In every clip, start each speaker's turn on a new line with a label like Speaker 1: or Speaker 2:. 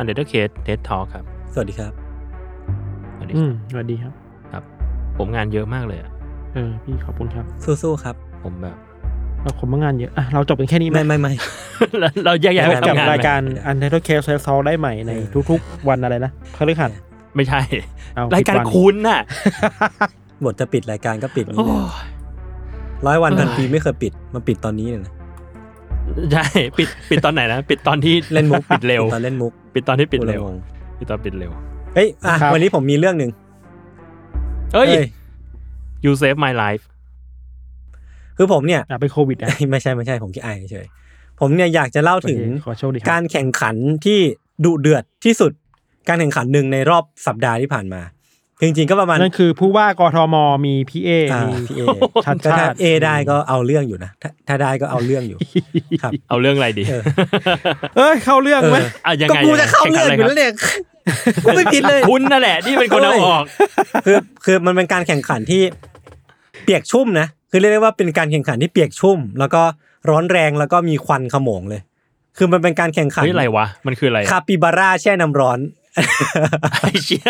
Speaker 1: Under Case TED Talk ครับ
Speaker 2: สวัสดีครับ
Speaker 1: สวัสดี
Speaker 3: อืมสวัสดีครับ
Speaker 1: ผมงานเยอะมากเลยอะ
Speaker 3: เออ พี่ขอบคุณครับ
Speaker 2: สู้ๆครับ
Speaker 1: ผมแบบ
Speaker 3: เราผมว่างานเยอะ อ่ะ เราจบกันแค่นี้ไหม
Speaker 2: ไม่ไม่ไม่
Speaker 1: เราเราแยกย้ายไป
Speaker 3: กลับ
Speaker 1: ทำงาน
Speaker 3: ราย
Speaker 1: ไหม
Speaker 3: การ Untitled Case Live Talk ได้ใหม่ใน
Speaker 2: เออ
Speaker 3: ทุกๆ วันอะไรนะพฤหัส
Speaker 1: ไม่ใช่
Speaker 3: เอ้
Speaker 1: รายการ
Speaker 3: ผิดวัน
Speaker 1: คุณน่ะ
Speaker 2: บทจะปิดรายการก็ปิด
Speaker 1: โอ้ย
Speaker 2: ร้อยวันพันปีไม่เคยปิดมาปิดตอนนี้เนี่ยนะ
Speaker 1: ใช่ ปิดปิดตอนไหนนะ ปิดตอนที่
Speaker 2: เล่ นมุก
Speaker 1: ปิดเร็ว
Speaker 2: ตอนเล่นมุก
Speaker 1: ปิดตอนที่ปิดเร็ว
Speaker 2: กูลยงง
Speaker 1: ปิดตอนปิดเร็ว
Speaker 2: เฮ้ยอ่ะ
Speaker 3: ครับ
Speaker 2: วันนี้ผมมีเรื่องหนึ่ง
Speaker 1: เอ้ย
Speaker 2: เอ้ย
Speaker 1: you save my life
Speaker 2: คือผมเนี่ย
Speaker 3: อ่ะเป็นโควิดอ่ะ
Speaker 2: ไม่ใช่ไม่ใช่ผมขี้อายเฉยผมเนี่ยอยากจะเล่าถึง
Speaker 3: โอเคขอโชคดีค
Speaker 2: การร
Speaker 3: ับ
Speaker 2: แข่งขันที่ดุเดือดที่สุด การแข่งขันหนึ่งในรอบสัปดาห์ที่ผ่านมาจริงๆก็ประมาณ
Speaker 3: นั่นคือผู้ว่ากทมมีพีเอ
Speaker 2: อ่า
Speaker 3: มี
Speaker 2: พี่เอ
Speaker 3: ชัด
Speaker 2: ก็ถ้า
Speaker 3: ชาติ
Speaker 2: เอได้ก็เอาเรื่องอยู่นะถ้าถ้าได้ก็เอาเรื่องอยู่ ครับ
Speaker 1: เอาเรื่องอะไรดี
Speaker 2: เออ
Speaker 3: เอ้ย เข้าเรื่องไหม
Speaker 2: เออ
Speaker 1: อ่ะยัง
Speaker 2: ก็
Speaker 1: ไง
Speaker 2: กูจะเข้าเรื่องอยู่แล้ว
Speaker 1: นี่
Speaker 2: เนี่ยกูไม่ผิดเลย
Speaker 1: คุณนั่นแหละที่เป็นคนเอาออก
Speaker 2: คือคือมันเป็นการแข่งขันที่เปียกชุ่มนะคือเรียกได้ว่าเป็นการแข่งขันที่เปียกชุ่ม แล้วก็ร้อนแรงแล้วก็มีควันขโมงเลย คือมันเป็นการแข่งขัน
Speaker 1: เฮ้ยอะไรวะ มันคืออะไรอะ
Speaker 2: คาปิบาร่าแช่น้ำร้อน
Speaker 1: ไอ้เชี่ย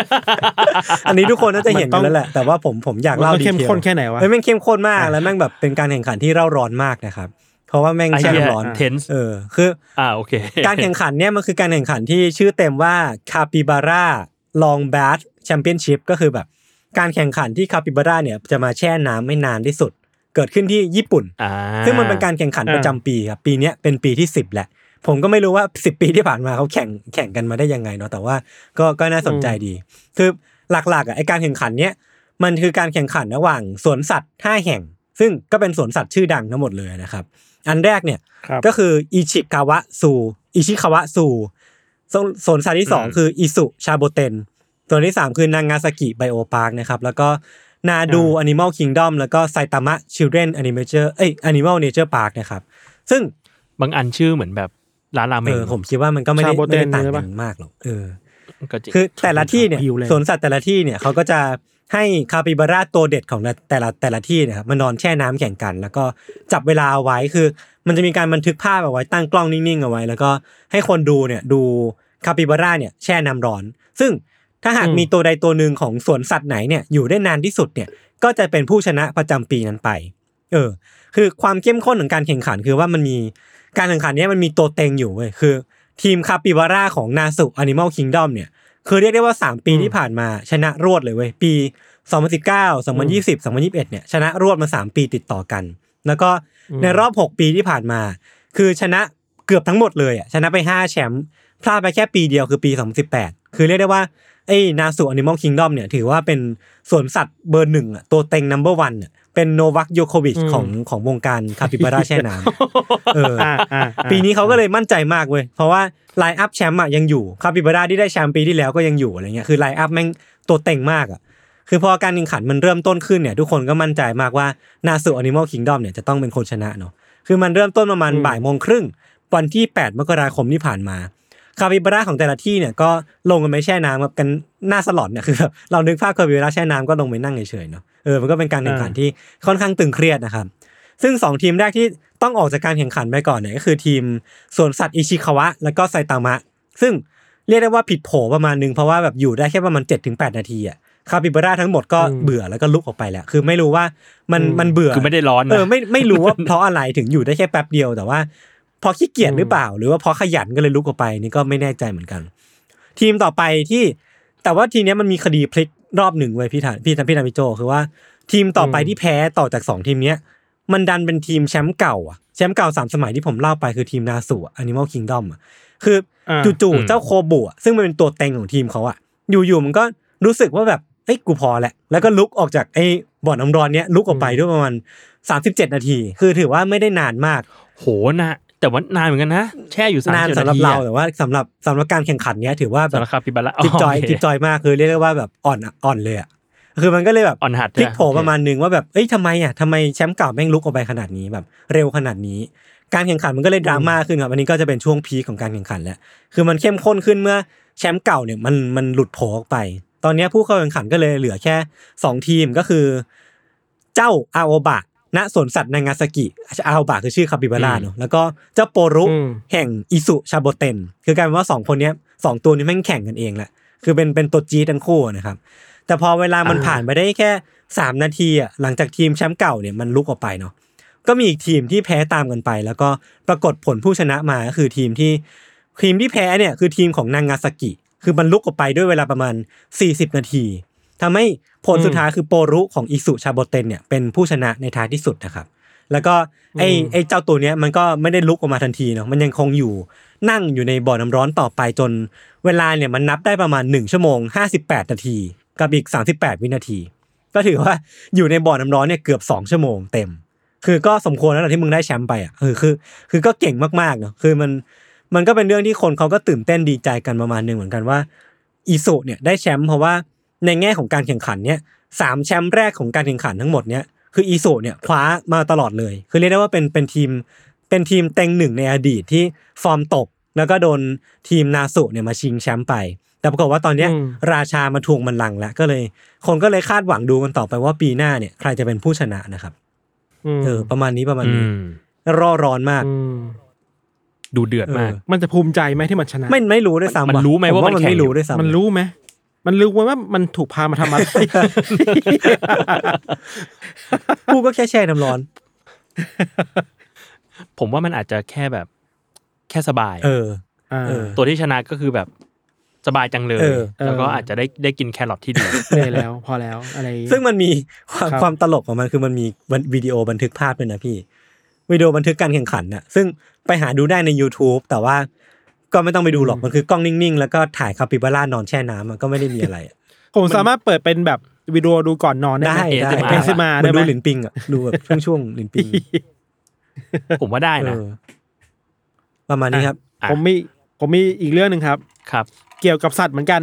Speaker 2: อันนี้ทุกคนน่าจะเห็น
Speaker 3: มัน
Speaker 2: อ
Speaker 3: ต้อง
Speaker 2: ยู่แล้วแหละแต่ว่าผมผมอยากเล่า
Speaker 3: มัน
Speaker 2: ดี
Speaker 3: เข้ม
Speaker 2: เทล
Speaker 3: ข้นแค่ไหนวะ
Speaker 2: เฮ้ยแม่งเข้มข้นมากแล้วแม่งแบบเป็นการแข่งขันที่เร่าร้อนมากนะครับ เพราะว่าแม่ง
Speaker 1: ไอ้
Speaker 2: แช่
Speaker 1: เชี่ย
Speaker 2: น้ำร้อน
Speaker 1: เทนส์
Speaker 2: เออคือ
Speaker 1: อ่าโอเค
Speaker 2: การแข่งขันเนี่ยมันคือการแข่งขันที่ชื่อเต็มว่าคาปิบาร่าลองแบทแชมเปี้ยนชิพก็คือแบบ การแข่งขันที่คาปิบาร่าเนี่ยจะมาแช่น้ำไม่นานที่สุด เกิดขึ้นที่ญี่ปุ่น
Speaker 1: อ่า
Speaker 2: ซึ่งมันเป็นการแข่งขัน
Speaker 3: อ่า
Speaker 2: ประจำปีครับปีเนี้ยเป็นปีที่ 10แหละ ผมก็ไม่รู้ว่า 10 ปีที่ผ่านมาเขาแข่งแข่งกันมาได้ยังไงเนาะแต่ว่าก็ก็น่าสนใจดี คือหลักๆอ่ะไอการแข่งขันเนี้ยมันคือการแข่งขันระหว่างสวนสัตว์ห้าแห่ง ซึ่งก็เป็นสวนสัตว์ชื่อดังทั้งหมดเลยนะครับ อันแรกเนี่ย
Speaker 3: ครับ
Speaker 2: ก็คืออิชิคาวะซูอิชิคาวะซูส่วนสายที่สอง
Speaker 1: อืม
Speaker 2: คืออิสุชาโบเตน ส่วนที่สามคือนางาซากิไบโอพาร์คนะครับ แล้วก็นาดูแอนิมอลคิงดอมแล้วก็ไซตามะชิลเดรนแอนิเมเจอร์เอ้ยแอนิมอลเนเจอร์พาร์คนะครับ ซึ่ง
Speaker 1: บางอันชื่อเหมือนแบบร้านราเม
Speaker 2: เอง อผมคิดว่ามันก็ไม่ได้ไม่
Speaker 3: Chaboten
Speaker 2: ได้ต่าง
Speaker 3: ใช่
Speaker 2: กั
Speaker 3: ปะ
Speaker 2: นมากหรอกเออ
Speaker 1: ก็จริง
Speaker 2: คือแต่ละที่เนี่ย
Speaker 3: หิวเลย
Speaker 2: สวนสัตว์แต่ละที่เนี่ยเขาก็จะให้คาปิบาร่าตัวเด็ดของแต่ละแต่ละที่นะครับมานอนแช่น้ำแข่งกัน แล้วก็จับเวลาเอาไว้คือ มันจะมีการบันทึกภาพเอาไว้ตั้งกล้องนิ่งๆเอาไว้ แล้วก็ให้คนดูเนี่ยดูคาปิบาร่าเนี่ยแช่น้ำร้อน ซึ่งถ้าหาก
Speaker 3: อืม
Speaker 2: มีตัวใดตัวหนึ่งของสวนสัตว์ไหนเนี่ยอยู่ได้นานที่สุดเนี่ยก็จะเป็นผู้ชนะประจำปีนั้นไป เออ คือความเข้มข้นของการแข่งขันคือว่ามันมีการแข่งขันเนี้ยมันมีตัวเต็งอยู่เว้ยคือ ทีมคาปิบาร่าของนาสุอนิมอลคิงดอมเนี่ย คือเรียกได้ว่า 3 ปี
Speaker 3: อืม
Speaker 2: ที่ผ่านมาชนะรวดเลยเว้ยปี 2019 2020 2021เนี่ยชนะรวดมา 3 ปีติดต่อกัน แล้วก็ในรอบ 6 ปีที่ผ่านมา คือชนะเกือบทั้งหมดเลยอ่ะชนะไป 5 แชมป์พลาดไปแค่ปีเดียวคือปี 2018 คือเรียกได้ว่าไอ้นาสุอนิมอลคิงดอมเนี่ยถือว่าเป็นสวนสัตว์เบอร์หนึ่งอ่ะตัวเต็งนัมเบอร์วันอ่ะเป็นโนวัคโยโควิช
Speaker 3: อืม
Speaker 2: ของของวงการคาปิบาร่าแช่น้ำเออ
Speaker 3: อ่าอ่าอ่า
Speaker 2: ปีนี้เขาก็เลยมั่นใจมากเว้ย เพราะว่าไลน์อัพแชมป์อะยังอยู่คาปิบาร่าที่ได้แชมป์ปีที่แล้วก็ยังอยู่อะไรเงี้ยคือไลน์อัพแม่งตัวเต็งมากอะคือพอการแข่งขันมันเริ่มต้นขึ้นเนี่ย ทุกคนก็มั่นใจมากว่านาซูอนิมอลคิงดอมเนี่ยจะต้องเป็นคนชนะเนาะคือมันเริ่มต้นประมาณ
Speaker 3: อืม
Speaker 2: บ่ายโมงครึ่งวันที่ 8 มกราคมที่ผ่านมาคาปิบาร่าของแต่ละที่เนี่ยก็ลงกันไปแช่น้ำแบบกันหน้าสลอดเนี่ยคือ แบบเรานึกภาพคาปิบาร่าแช่น้ำก็ลงไปนั่งเฉยๆเนาะเออมันก็เป็นการแข่งขันที่ค่อนข้างตึงเครียดนะครับ ซึ่ง 2 ทีมแรกที่ต้องออกจากการแข่งขันไปก่อนเนี่ยก็คือทีมสวนสัตว์อิชิคาวะ แล้วก็ไซตามะ ซึ่งเรียกได้ว่าผิดโผประมาณนึง เพราะว่าแบบอยู่ได้แค่ประมาณ 7-8 นาทีอะคาปิบาร่าทั้งหมดก็
Speaker 3: อืม
Speaker 2: เบื่อแล้วก็ลุกออกไปแหละคือไม่รู้ว่ามัน
Speaker 3: อืม
Speaker 2: มันเบื่อ
Speaker 1: คือไม่ได้ร้อนนะ
Speaker 2: เออไม่ไม่รู้ว่า เพราะอะไรถึงอยู่ได้แค่แป๊บเดียวแต่ว่าเพอขี้เกียจหรือเปล่า หรือว่าเพอขยันก็เลยลุกออกไปนี่ก็ไม่แน่ใจเหมือนกัน ทีมต่อไปที่ แต่ว่าทีเนี้ยมันมีคดีพลิกรอบหนึ่งเว้ยพี่ถานพี่ทพี่นามิโจคือว่า ทีมต่อไป
Speaker 3: อืม
Speaker 2: ที่แพ้ต่อจากสองทีมเนี้ยมันดันเป็นทีมแชมป์เก่าอะแชมป์เก่าสามสมัยที่ผมเล่าไปคือทีมนาสูอะ Animal Kingdom อะคืออ
Speaker 3: อ่า
Speaker 2: จู่
Speaker 1: อืม
Speaker 2: ๆเจ้าโคบุอะซึ่งมันเป็นตัวเต็งของทีมเขาอะอยู่ๆมันก็รู้สึกว่าแบบเอ้ยกูพอแหละ แล้วก็ลุกออกจากไอ้บ่อน้ำร้อนเนี้ยลุกออกไปด้วยประมาณ37 นาที คือถือว่าไม่ได้นานมาก
Speaker 1: โหนะแต่ว่านานเหมือนกันนะ แช่อยู่สาม
Speaker 2: นาน
Speaker 1: สิบ
Speaker 2: สำห
Speaker 1: นา
Speaker 2: รับ
Speaker 1: ที
Speaker 2: เรา
Speaker 1: อะ
Speaker 2: แต่ว่าสำหรับสำหรับการแข่งขันเนี้ยถือว่าแบ
Speaker 1: สำ
Speaker 2: บ
Speaker 1: หรับคาปิบาระ
Speaker 2: จิบจอย
Speaker 1: โเค
Speaker 2: จิบจอยมากคือเรียกได้ว่าแบบอ่อนอ่อนเลยอ่ะคือมันก็เลยแบบ
Speaker 1: อ่อนหัด
Speaker 2: พลิกโผ
Speaker 1: ใช่ไห
Speaker 2: ประมาณนึงว่าแบบเอ้ยทำไมอ่ะทำไมแชมป์เก่าแม่งลุกออกไปขนาดนี้แบบ เร็วขนาดนี้ การแข่งขันมันก็เลยดราม่าขึ้นครับอันนี้ก็จะเป็นช่วงพีคของการแข่งขันแล้วคือมันเข้มข้นขึ้นเมื่อแชมป์เก่าเนี่ยมันมันหลุดโผออกไป ตอนเนี้ยผู้เข้าแข่งขันก็เลยเหลือแค่สองทีมก็คือ เจ้าอาโอบะณสวนสัตว์นางาซากิอาโอบะคือชื่อคาปิบาร่าเนอะแล้วก็เจ้าโปรุ
Speaker 3: อืม
Speaker 2: แห่งอิสุชาโบเตน คือกลายเป็นว่าสองคนเนี้ยสองตัวนี้แม่งแข่งกันเองแหละ คือเป็นเป็นตัวจีดทั้งคู่นะครับ แต่พอเวลามันผ่านไปได้แค่ 3 นาทีอ่ะหลังจากทีมแชมป์เก่าเนี่ยมันลุกออกไปเนาะก็มีอีกทีมที่แพ้ตามกันไป แล้วก็ปรากฏผลผู้ชนะมาก็คือทีมที่ทีมที่แพ้เนี่ยคือทีมของนางงาซากิ คือมันลุกออกไปด้วยเวลาประมาณ 40 นาทีทำให้ผลสุดท้ายคือโปรุของอิสุชาโบเตนเนี่ยเป็นผู้ชนะในท้ายที่สุดนะครับ แล้วก็ไอ้
Speaker 3: อืม
Speaker 2: ไอ้เจ้าตัวเนี้ยมันก็ไม่ได้ลุกออกมาทันทีเนาะมันยังคงอยู่นั่งอยู่ในบ่อน้ำร้อนต่อไปจน เวลาเนี่ยมันนับได้ประมาณ 1 ชั่วโมง 58 นาที กับอีก 38 วินาที ก็ถือว่าอยู่ในบ่อน้ำร้อนเนี่ยเกือบ 2 ชั่วโมงเต็ม คือก็สมควรแล้วแหละที่มึงได้แชมป์ไปอ่ะเออคือ คือก็เก่งมากๆเนาะคือมันมันก็เป็นเรื่องที่คนเขาก็ตื่นเต้นดีใจกันประมาณหนึงเหมือนกันว่าอีสุเนี่ยได้แชมป์เพราะว่าในแง่ของการแข่งขันเนี่ยสามแชมป์แรกของการแข่งขันทั้งหมดเนี่ยคืออีสุเนี่ยคว้ามาตลอดเลย คือเรียกได้ว่าเป็นเป็นทีม เป็นทีมเต็งหนึ่งในอดีตที่ฟอร์มตก แล้วก็โดนทีมนาสุเนี่ยมาชิงแชมป์ไป แต่ปรากฏว่าตอนเนี้ย
Speaker 3: อืม
Speaker 2: ราชามาทวงบัลลังก์แล้วก็เลย คนก็เลยคาดหวังดูกันต่อไปว่าปีหน้าเนี่ยใครจะเป็นผู้ชนะนะครับ
Speaker 3: ม
Speaker 2: เออประมาณนี้ประมาณ
Speaker 1: อื
Speaker 2: นี้
Speaker 1: ม
Speaker 2: ร่อร้อนมาก
Speaker 3: อืม
Speaker 1: ดูเดือดมาก
Speaker 3: มันจะภูมิใจไหมที่มันชนะ
Speaker 2: ไม่ไม่รู้ด้วยซ้ำ
Speaker 1: มัน
Speaker 2: ว่ะ
Speaker 1: รู้ไหม
Speaker 2: ผ
Speaker 1: ว่ามัน
Speaker 2: มัน
Speaker 1: แข่ง
Speaker 2: ไม่รู้ด้วยซ้ำ
Speaker 3: มันรู้ไหมมันรู้ไหมว่ามันถูกพามา ทำอะไร
Speaker 2: กูก็แค่แช่น้ำร้อน
Speaker 1: ผมว่ามันอาจจะแค่แบบแค่สบาย
Speaker 2: เออ
Speaker 3: อ่า
Speaker 2: เออ
Speaker 1: ตัวที่ชนะก็คือแบบสบายจังเลย
Speaker 2: เออ
Speaker 1: แล้วก็
Speaker 3: เอออ
Speaker 1: อาจจะได้ได้กินแครอทที่ดี
Speaker 3: เหนื่อยแล้วพอแล้วอะไร
Speaker 2: ซึ่งมันมีความ
Speaker 3: ครับ
Speaker 2: ความตลกของมันคือมันมีวันวิดีโอบันทึกภาพด้วยนะพี่ วิดีโอบันทึกการแข่งขันน่ะซึ่งไปหาดูได้ใน YouTube แต่ว่าก็ไม่ต้องไปดูหรอกมันคือกล้องนิ่งๆ แล้วก็ถ่ายคาปิบาร่านอนแช่น้ำมันก็ไม่ได้มีอะไรอะ
Speaker 3: ผมสามารถเปิดเป็นแบบวิดีโอดูก่อนนอนได้
Speaker 2: ได้
Speaker 3: ไหม
Speaker 2: ได้
Speaker 3: เป็น
Speaker 1: ASMR
Speaker 3: สมา
Speaker 2: เห
Speaker 3: ได้
Speaker 2: มัน
Speaker 3: ไหม
Speaker 2: ดูหลินปิงอ่ะดูแบบช่วงช่วงๆหลินปิง
Speaker 1: ผมว่าได้
Speaker 2: เอ
Speaker 1: นะ
Speaker 2: อประมาณนี้ครับ
Speaker 1: ะ
Speaker 3: ผมมีผมมีอีกเรื่องหนึ่งครับ
Speaker 1: ครับ
Speaker 3: เกี่ยวกับสัตว์เหมือนกัน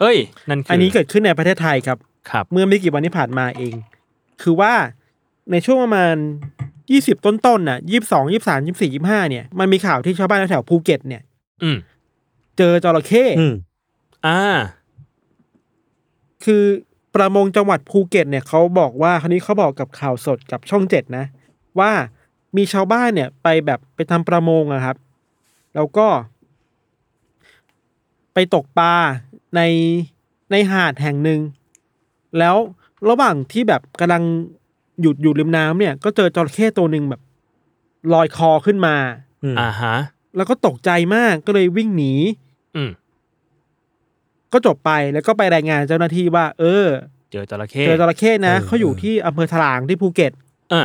Speaker 1: เอ้ย นั่นคือ
Speaker 3: อั
Speaker 1: อั
Speaker 3: นนี้เกิดขึ้นในประเทศไทยครับ
Speaker 1: ครับ
Speaker 3: เมื่อไม่กี่วันที่ผ่านมาเอง คือว่าในช่วงประมาณ 20 ต้นๆน่ะ22 23 24 25เนี่ย มันมีข่าวที่ชาวบ้านแถวๆภูเก็ตเนี่ย
Speaker 1: อืม
Speaker 3: เจอจระเข้
Speaker 2: อืม
Speaker 1: อ่า
Speaker 3: คือประมงจังหวัดภูเก็ตเนี่ยเขาบอกว่าคราวนี้เขาบอกกับข่าวสดกับช่องเจ็ดนะ ว่ามีชาวบ้านเนี่ยไปแบบไปทำประมงอะครับ แล้วก็ ไปตกปลาในในหาดแห่งหนึ่ง แล้วระหว่างที่แบบกำลังหยุดอยู่ริมน้ำเนี่ย ก็เจอจระเข้ตัวหนึ่งแบบลอยคอขึ้นมา
Speaker 2: อืม
Speaker 1: อ่าฮะ
Speaker 3: แล้วก็ตกใจมากก็เลยวิ่งหนี
Speaker 1: อืม
Speaker 3: ก็จบไปแล้วก็ไปรายงานเจ้าหน้าที่ว่า เออ
Speaker 1: เจอจระเข้
Speaker 3: เจอจระเข้นะ
Speaker 2: เออ
Speaker 3: เขาอยู่ที่อำเภอถลางที่ภูเก็ต
Speaker 1: อ่า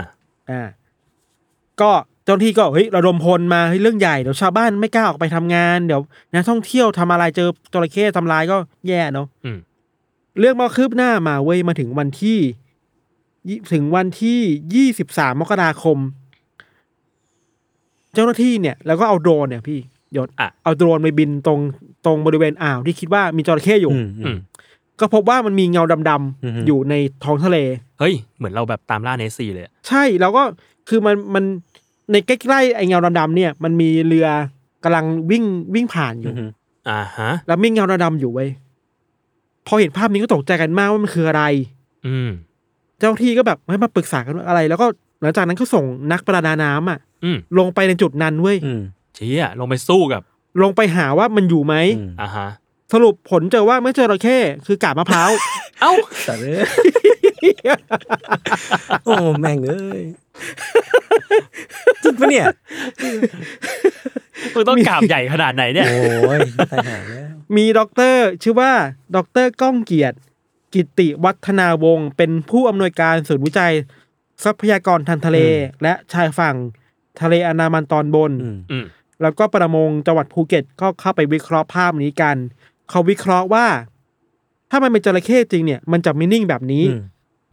Speaker 3: อ่า ก็เจ้าหน้าที่ก็เฮ้ยระดมพลมาเฮ้ยเรื่องใหญ่เดี๋ยวชาวบ้านไม่กล้าออกไปทำงานเดี๋ยวนักท่องเที่ยวทำอะไรเจอจระเข้ทำลายก็แย่เนาะ
Speaker 1: อืม
Speaker 3: เรื่องมาคืบหน้ามาเว้ยมาถึงวันที่ยี่ถึงวันที่ยี่สิบสามมกราคม เจ้าหน้าที่เนี่ย แล้วก็เอาโดรนเนี่ยพี่ยศ
Speaker 1: อ่ะ
Speaker 3: เอาโดรนไปบินตรงตรงบริเวณอ่าวที่คิดว่ามีจระเข้อยู่
Speaker 2: อืมอื
Speaker 1: อื
Speaker 2: ม
Speaker 1: ม
Speaker 3: ก็พบว่ามันมีเงาดำ
Speaker 2: อือฮึ
Speaker 3: ๆอยู่ในท้องทะเล
Speaker 1: เฮ้ย เหมือนเราแบบตามล่าเนสซีเลยอะ
Speaker 3: ใช่แล้วก็คือมันมันในใกล้ๆไอ้เงาดำๆเนี่ย มันมีเรือกำลังวิ่งวิ่งผ่านอ
Speaker 2: อื
Speaker 3: ยู่
Speaker 2: ม
Speaker 1: อ่าฮะ
Speaker 3: แล้วมีเงาดำๆอยู่เว้ยพอเห็นภาพนี้ก็ตกใจกันมากว่ามันคืออะไร
Speaker 1: อืม
Speaker 3: เจ้าที่ก็แบบให้มาปรึกษากันว่าอะไร แล้วก็หลังจากนั้นก็ส่งนักประดาน้ำอ่ะ
Speaker 1: อืม
Speaker 3: ลงไปในจุดนั้นเว้ย
Speaker 2: อืม
Speaker 1: เชี่ยลงไปสู้กับ
Speaker 3: ลงไปหาว่ามันอยู่ไหม
Speaker 2: อืม
Speaker 1: อ่าฮะ
Speaker 3: สรุปผลเจอว่าไม่เจอระเข้คือกาบมะพร้าว
Speaker 1: เอ้า
Speaker 2: แต่เออ โอ้แม่งเอ้ยจริงปะเนี่ย
Speaker 1: มึงต้องกราบใหญ่ขนาดไหนเนี่ย
Speaker 2: โอ้ยตายหาแล้ว
Speaker 3: มีด็อกเตอร์ชื่อว่าด็อกเตอร์ก้องเกียรติ กิติวัฒนาวงศ์เป็นผู้อำนวยการศูนย์วิจัย ทรัพยากรทางทะเล และชายฝั่งทะเลอันดามันตอนบน
Speaker 2: อืม
Speaker 1: อืม
Speaker 3: แล้วก็ประมงจังหวัดภูเก็ตก็เข้าไปวิเคราะห์ภาพนี้กัน เขาวิเคราะห์ว่า ถ้ามันเป็นจระเข้จริงเนี่ย มันจะไม่นิ่งแบบนี้
Speaker 2: อืม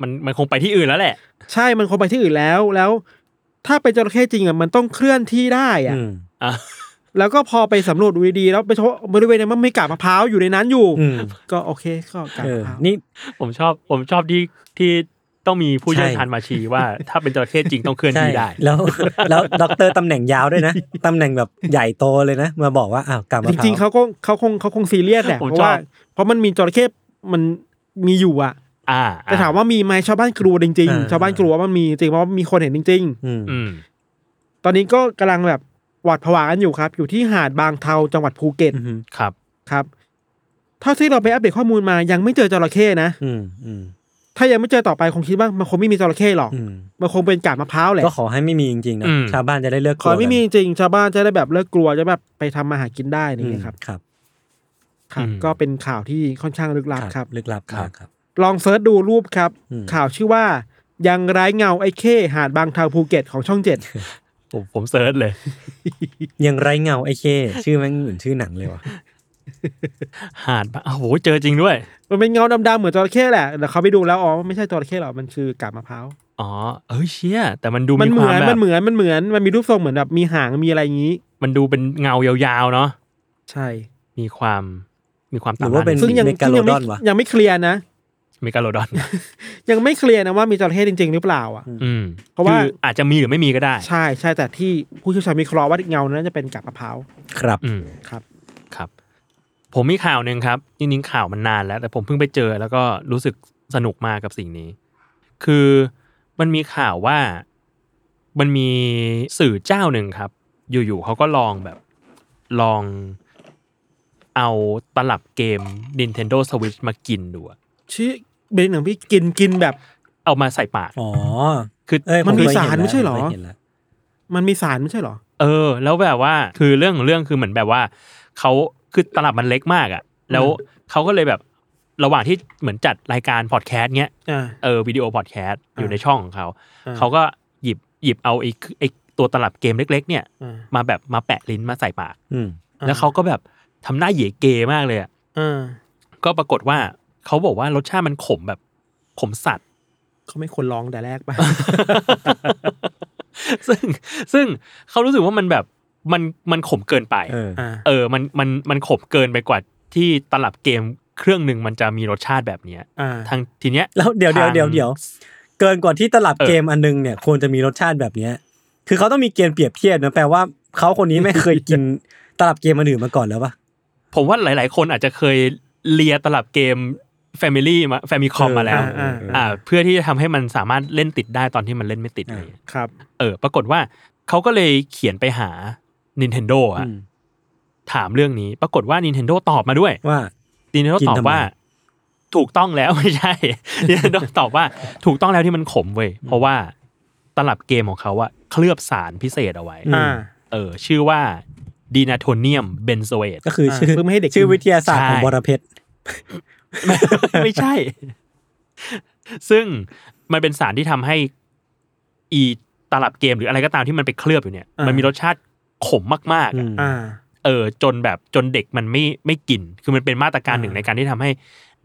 Speaker 1: มันมันคงไปที่อื่นแล้วแหละ
Speaker 3: ใช่มันคงไปที่อื่นแล้วแล้ว ถ้าเป็นจระเข้จริงอ่ะมันต้องเคลื่อนที่ได้อ่ะ
Speaker 2: อืม
Speaker 1: อ่ะ
Speaker 3: แล้วก็พอไปสำรวจดูดีๆแล้วไปพบบริเวณนั้นมันไม่กาบมะพร้าวอยู่ในนั้นอยู่
Speaker 2: อืม
Speaker 3: ก็โอเคก็กาบ
Speaker 2: เออ
Speaker 3: มะพร้าว
Speaker 2: นี่
Speaker 1: ผมชอบผมชอบที่ที่ต้องมีผู้เชี่ยวชาญมาชี้ว่า ถ้าเป็นจระเข้จริงต้องเคลื่อนที่ได้
Speaker 2: แล้วแล้วด็อกเตอร์ตำแหน่งยาวด้วยนะ ตำแหน่งแบบใหญ่โตเลยนะ มาบอกว่าอ้าวกลับมา
Speaker 3: จริงๆเขาก็เขาคงเขาคงซีเรียสแหละ
Speaker 1: ผม
Speaker 3: เพราะว่า
Speaker 1: ชอบ
Speaker 3: เพราะมันมีจระเข้มันมีอยู่อ่ะ
Speaker 1: อ่า
Speaker 3: แต่ถามว่ามีไหมชาวบ้านกลัวจริง ๆ ชาวบ้านกลัวว่ามันมีจริงเพราะว่ามีคนเห็นจริง
Speaker 2: อืม
Speaker 1: อืม
Speaker 3: ๆ ตอนนี้ก็กำลังแบบหวาดผวากันอยู่ครับ อยู่ที่หาดบางเทาจังหวัดภูเก็ต
Speaker 2: อืม
Speaker 1: ครับ
Speaker 3: ครับเท่าที่เราไปอัปเดตข้อมูลมายังไม่เจอจระเข้นะ
Speaker 2: อืมอืม
Speaker 3: ถ้ายังไม่เจอต่อไปคงคิดว่ามันคงไม่มีจระเข้หรอก
Speaker 2: อืม
Speaker 3: มันคงเป็นกาบมะพร้าวแหละ
Speaker 2: ก็ขอให้ไม่มีจริงๆนะ
Speaker 1: อืม
Speaker 2: ชาวบ้านจะได้เลือก
Speaker 3: ขอให้ไม่มี
Speaker 2: กลัว
Speaker 3: จริงๆชาวบ้านจะได้แบบเลิกกลัวจะแบบไปทำมาหากินได้
Speaker 2: กัน
Speaker 3: นี่นะครับ
Speaker 2: ครับ
Speaker 3: ครับ
Speaker 1: อืม
Speaker 3: ก็เป็นข่าวที่ค่อนข้างลึกลับครับ
Speaker 2: ลึกลับมากครับ
Speaker 3: ลองเซิร์ชดูรูปครับ
Speaker 2: อืม
Speaker 3: ข่าวชื่อว่า ยังไร้เงาไอ้เข้หาดบางเทาภูเก็ตของช่องเจ็ด
Speaker 1: ผมผมเซิร์ชเลย
Speaker 2: ยังไรเงาไอ้เค ชื่อแม่งเหมือนชื่อหนังเลยว่ะ
Speaker 1: หาดบ้าโอ้โหเจอจริงด้วย
Speaker 3: มันเป็นเงาดำๆเหมือนจระเข้แหละแต่เขาไปดูแล้วอ๋อมันไม่ใช่จระเข้หรอกมันคือกาบมะพร้าว
Speaker 1: อ๋อ เอ้ยเชี่ยแต่มันดู
Speaker 3: มันเห
Speaker 1: มีค
Speaker 3: มื
Speaker 1: วาม
Speaker 3: อน
Speaker 1: แบ
Speaker 3: มั
Speaker 1: บ
Speaker 3: นเหมือนมันเหมือนมันมีรูปทรงเหมือนแบบมีหางมีอะไรอย่างนี้
Speaker 1: มันดูเป็นเงายาวๆเนาะ
Speaker 3: ใช่
Speaker 1: มีความมีความ
Speaker 2: ห
Speaker 1: ต่า
Speaker 2: รื
Speaker 1: ง
Speaker 2: อว่าเป็น
Speaker 3: ซึ่งยัง
Speaker 2: เมกา
Speaker 3: ซึ่ง
Speaker 2: โล
Speaker 3: ยั
Speaker 2: ด
Speaker 3: งไม่
Speaker 2: อนวะ
Speaker 3: ยังไม่เคลียร์นะ
Speaker 1: เมกาโลดอน
Speaker 3: ยังไม่เคลียร์นะว่ามีจระเข้จริง ๆ หรือเปล่าอ่ะ
Speaker 1: อืม
Speaker 3: เพราะว่า
Speaker 1: คืออาจจะมีหรือไม่มีก็ได้
Speaker 3: ใช่ใช่แต่ที่ผู้เชี่ยวชาญวิเคราะห์ว่าเงานั้นจะเป็นกาบมะพร้าว
Speaker 2: ครับ
Speaker 1: อืม
Speaker 3: ครับ
Speaker 1: ครับ ผมมีข่าวหนึ่งครับจริงๆข่าวมันนานแล้ว แต่ผมเพิ่งไปเจอ แล้วก็รู้สึกสนุกมากกับสิ่งนี้ คือมันมีข่าวว่ามันมีสื่อเจ้าหนึ่งครับ อยู่ๆเขาก็ลองแบบลองเอาตลับเกม Nintendo Switch มากินดูอะ
Speaker 3: ชื่อเบนหนังพี่กินกินแบบ
Speaker 1: เอามาใส่ปาก
Speaker 2: อ๋อ
Speaker 1: คือ
Speaker 2: เอ้ย
Speaker 3: มันมี
Speaker 2: ผเคย
Speaker 3: สาร
Speaker 2: เน
Speaker 3: ไม่ใช่หรอ
Speaker 2: ผมเคยเนแล้ว
Speaker 3: มันมีสารไม่ใช่เหรอ
Speaker 1: เออ แล้วแบบว่าคือเรื่องของเรื่องคือเหมือนแบบว่าเขาคือตลับมันเล็กมากอะ่ะ แล้วเขาก็เลยแบบระหว่างที่เหมือนจัดรายการพอดแคสต์เนี้ย
Speaker 3: อ่า
Speaker 1: เออวิดีโอพอดแคสต์อยู่ในช่องของเขา
Speaker 3: อ่า
Speaker 1: เขาก็หยิบหยิบเอาไอ้ไอ้ตัวตลับเกมเล็ก ๆ เนี่ย
Speaker 3: อ่า
Speaker 1: มาแบบมาแปะลิ้นมาใส่ปาก
Speaker 2: อืม
Speaker 1: แล้วเขาก็แบบทำหน้าเหย่เกมากเลยอะ
Speaker 3: อ่า
Speaker 1: ก็ปรากฏว่าเขาบอกว่ารสชาติมันขมแบบขมสัตว์
Speaker 3: เขาไม่ควรร้องแต่แรกไป
Speaker 1: ซึ่งซึ่งเขารู้สึกว่ามันแบบมันมันขมเกินไป
Speaker 2: เออ
Speaker 3: อ่า
Speaker 1: เออ มัน มัน มันขมเกินไปกว่าที่ตลับเกมเครื่องหนึ่งมันจะมีรสชาติแบบเนี้ย
Speaker 3: อ่า
Speaker 1: ทางทีเนี้ย
Speaker 2: แล้วเดี๋ยวเดี๋ยว
Speaker 1: ทาง
Speaker 2: เดี๋ยวเดี๋ยวเกินกว่าที่ตลับ
Speaker 1: เออ
Speaker 2: เกมอันนึงเนี่ยควรจะมีรสชาติแบบเนี้ยคือเขาต้องมีเกณฑ์เปรียบเทียบนะแปลว่าเขาคนนี้ไม่เคยกิน ตลับเกมอันอื่นมาก่อนแล้วปะ
Speaker 1: ผมว่าหลาย ๆ คนอาจจะเคยเลียตลับเกม Family มา Famicom
Speaker 2: เออ
Speaker 1: มาแล้ว
Speaker 3: อ่าอ่า
Speaker 1: อ่าเพื่อที่จะทำให้มันสามารถเล่นติดได้ตอนที่มันเล่นไม่ติด
Speaker 2: อ่า
Speaker 1: อะไรอย่างเงี้ย
Speaker 3: ครับ
Speaker 1: เออ ปรากฏว่าเขาก็เลยเขียนไปหา Nintendo อะ
Speaker 2: อืม
Speaker 1: ถามเรื่องนี้ ปรากฏว่า Nintendo ตอบมาด้วย
Speaker 2: ว่า
Speaker 1: Nintendo
Speaker 2: กิน
Speaker 1: ตอบ
Speaker 2: ทำไม
Speaker 1: ว่า ถูกต้องแล้ว ไม่ใช่ Nintendo ตอบว่าถูกต้องแล้วที่มันขมเว้ยเพราะว่าตลับเกมของเขาอะเคลือบสารพิเศษเอาไว้
Speaker 2: อืม
Speaker 3: อ่า
Speaker 1: เออชื่อว่าดีนาโทเนียมเบนโซเอต
Speaker 2: ก็คือชื่อ
Speaker 3: เพื่อไม่ให้เด็กกิน
Speaker 2: ชื่อวิทยาศาสตร์
Speaker 1: ใช่
Speaker 2: ของบรเพชร
Speaker 1: ไม่ใช่ ซึ่งมันเป็นสารที่ทำให้ อีตลับเกมหรืออะไรก็ตามที่มันไปเคลือบอยู่เนี่ย
Speaker 3: อ่ามั
Speaker 1: มันมีรสชาติขมมากๆ
Speaker 2: อื
Speaker 1: อะ
Speaker 2: ม
Speaker 3: อ่า
Speaker 1: เออ จนแบบจนเด็กมันไม่ไม่กิน คือมันเป็นมาตรการหนึ่ง
Speaker 3: อ่า
Speaker 1: ในการที่ทำให้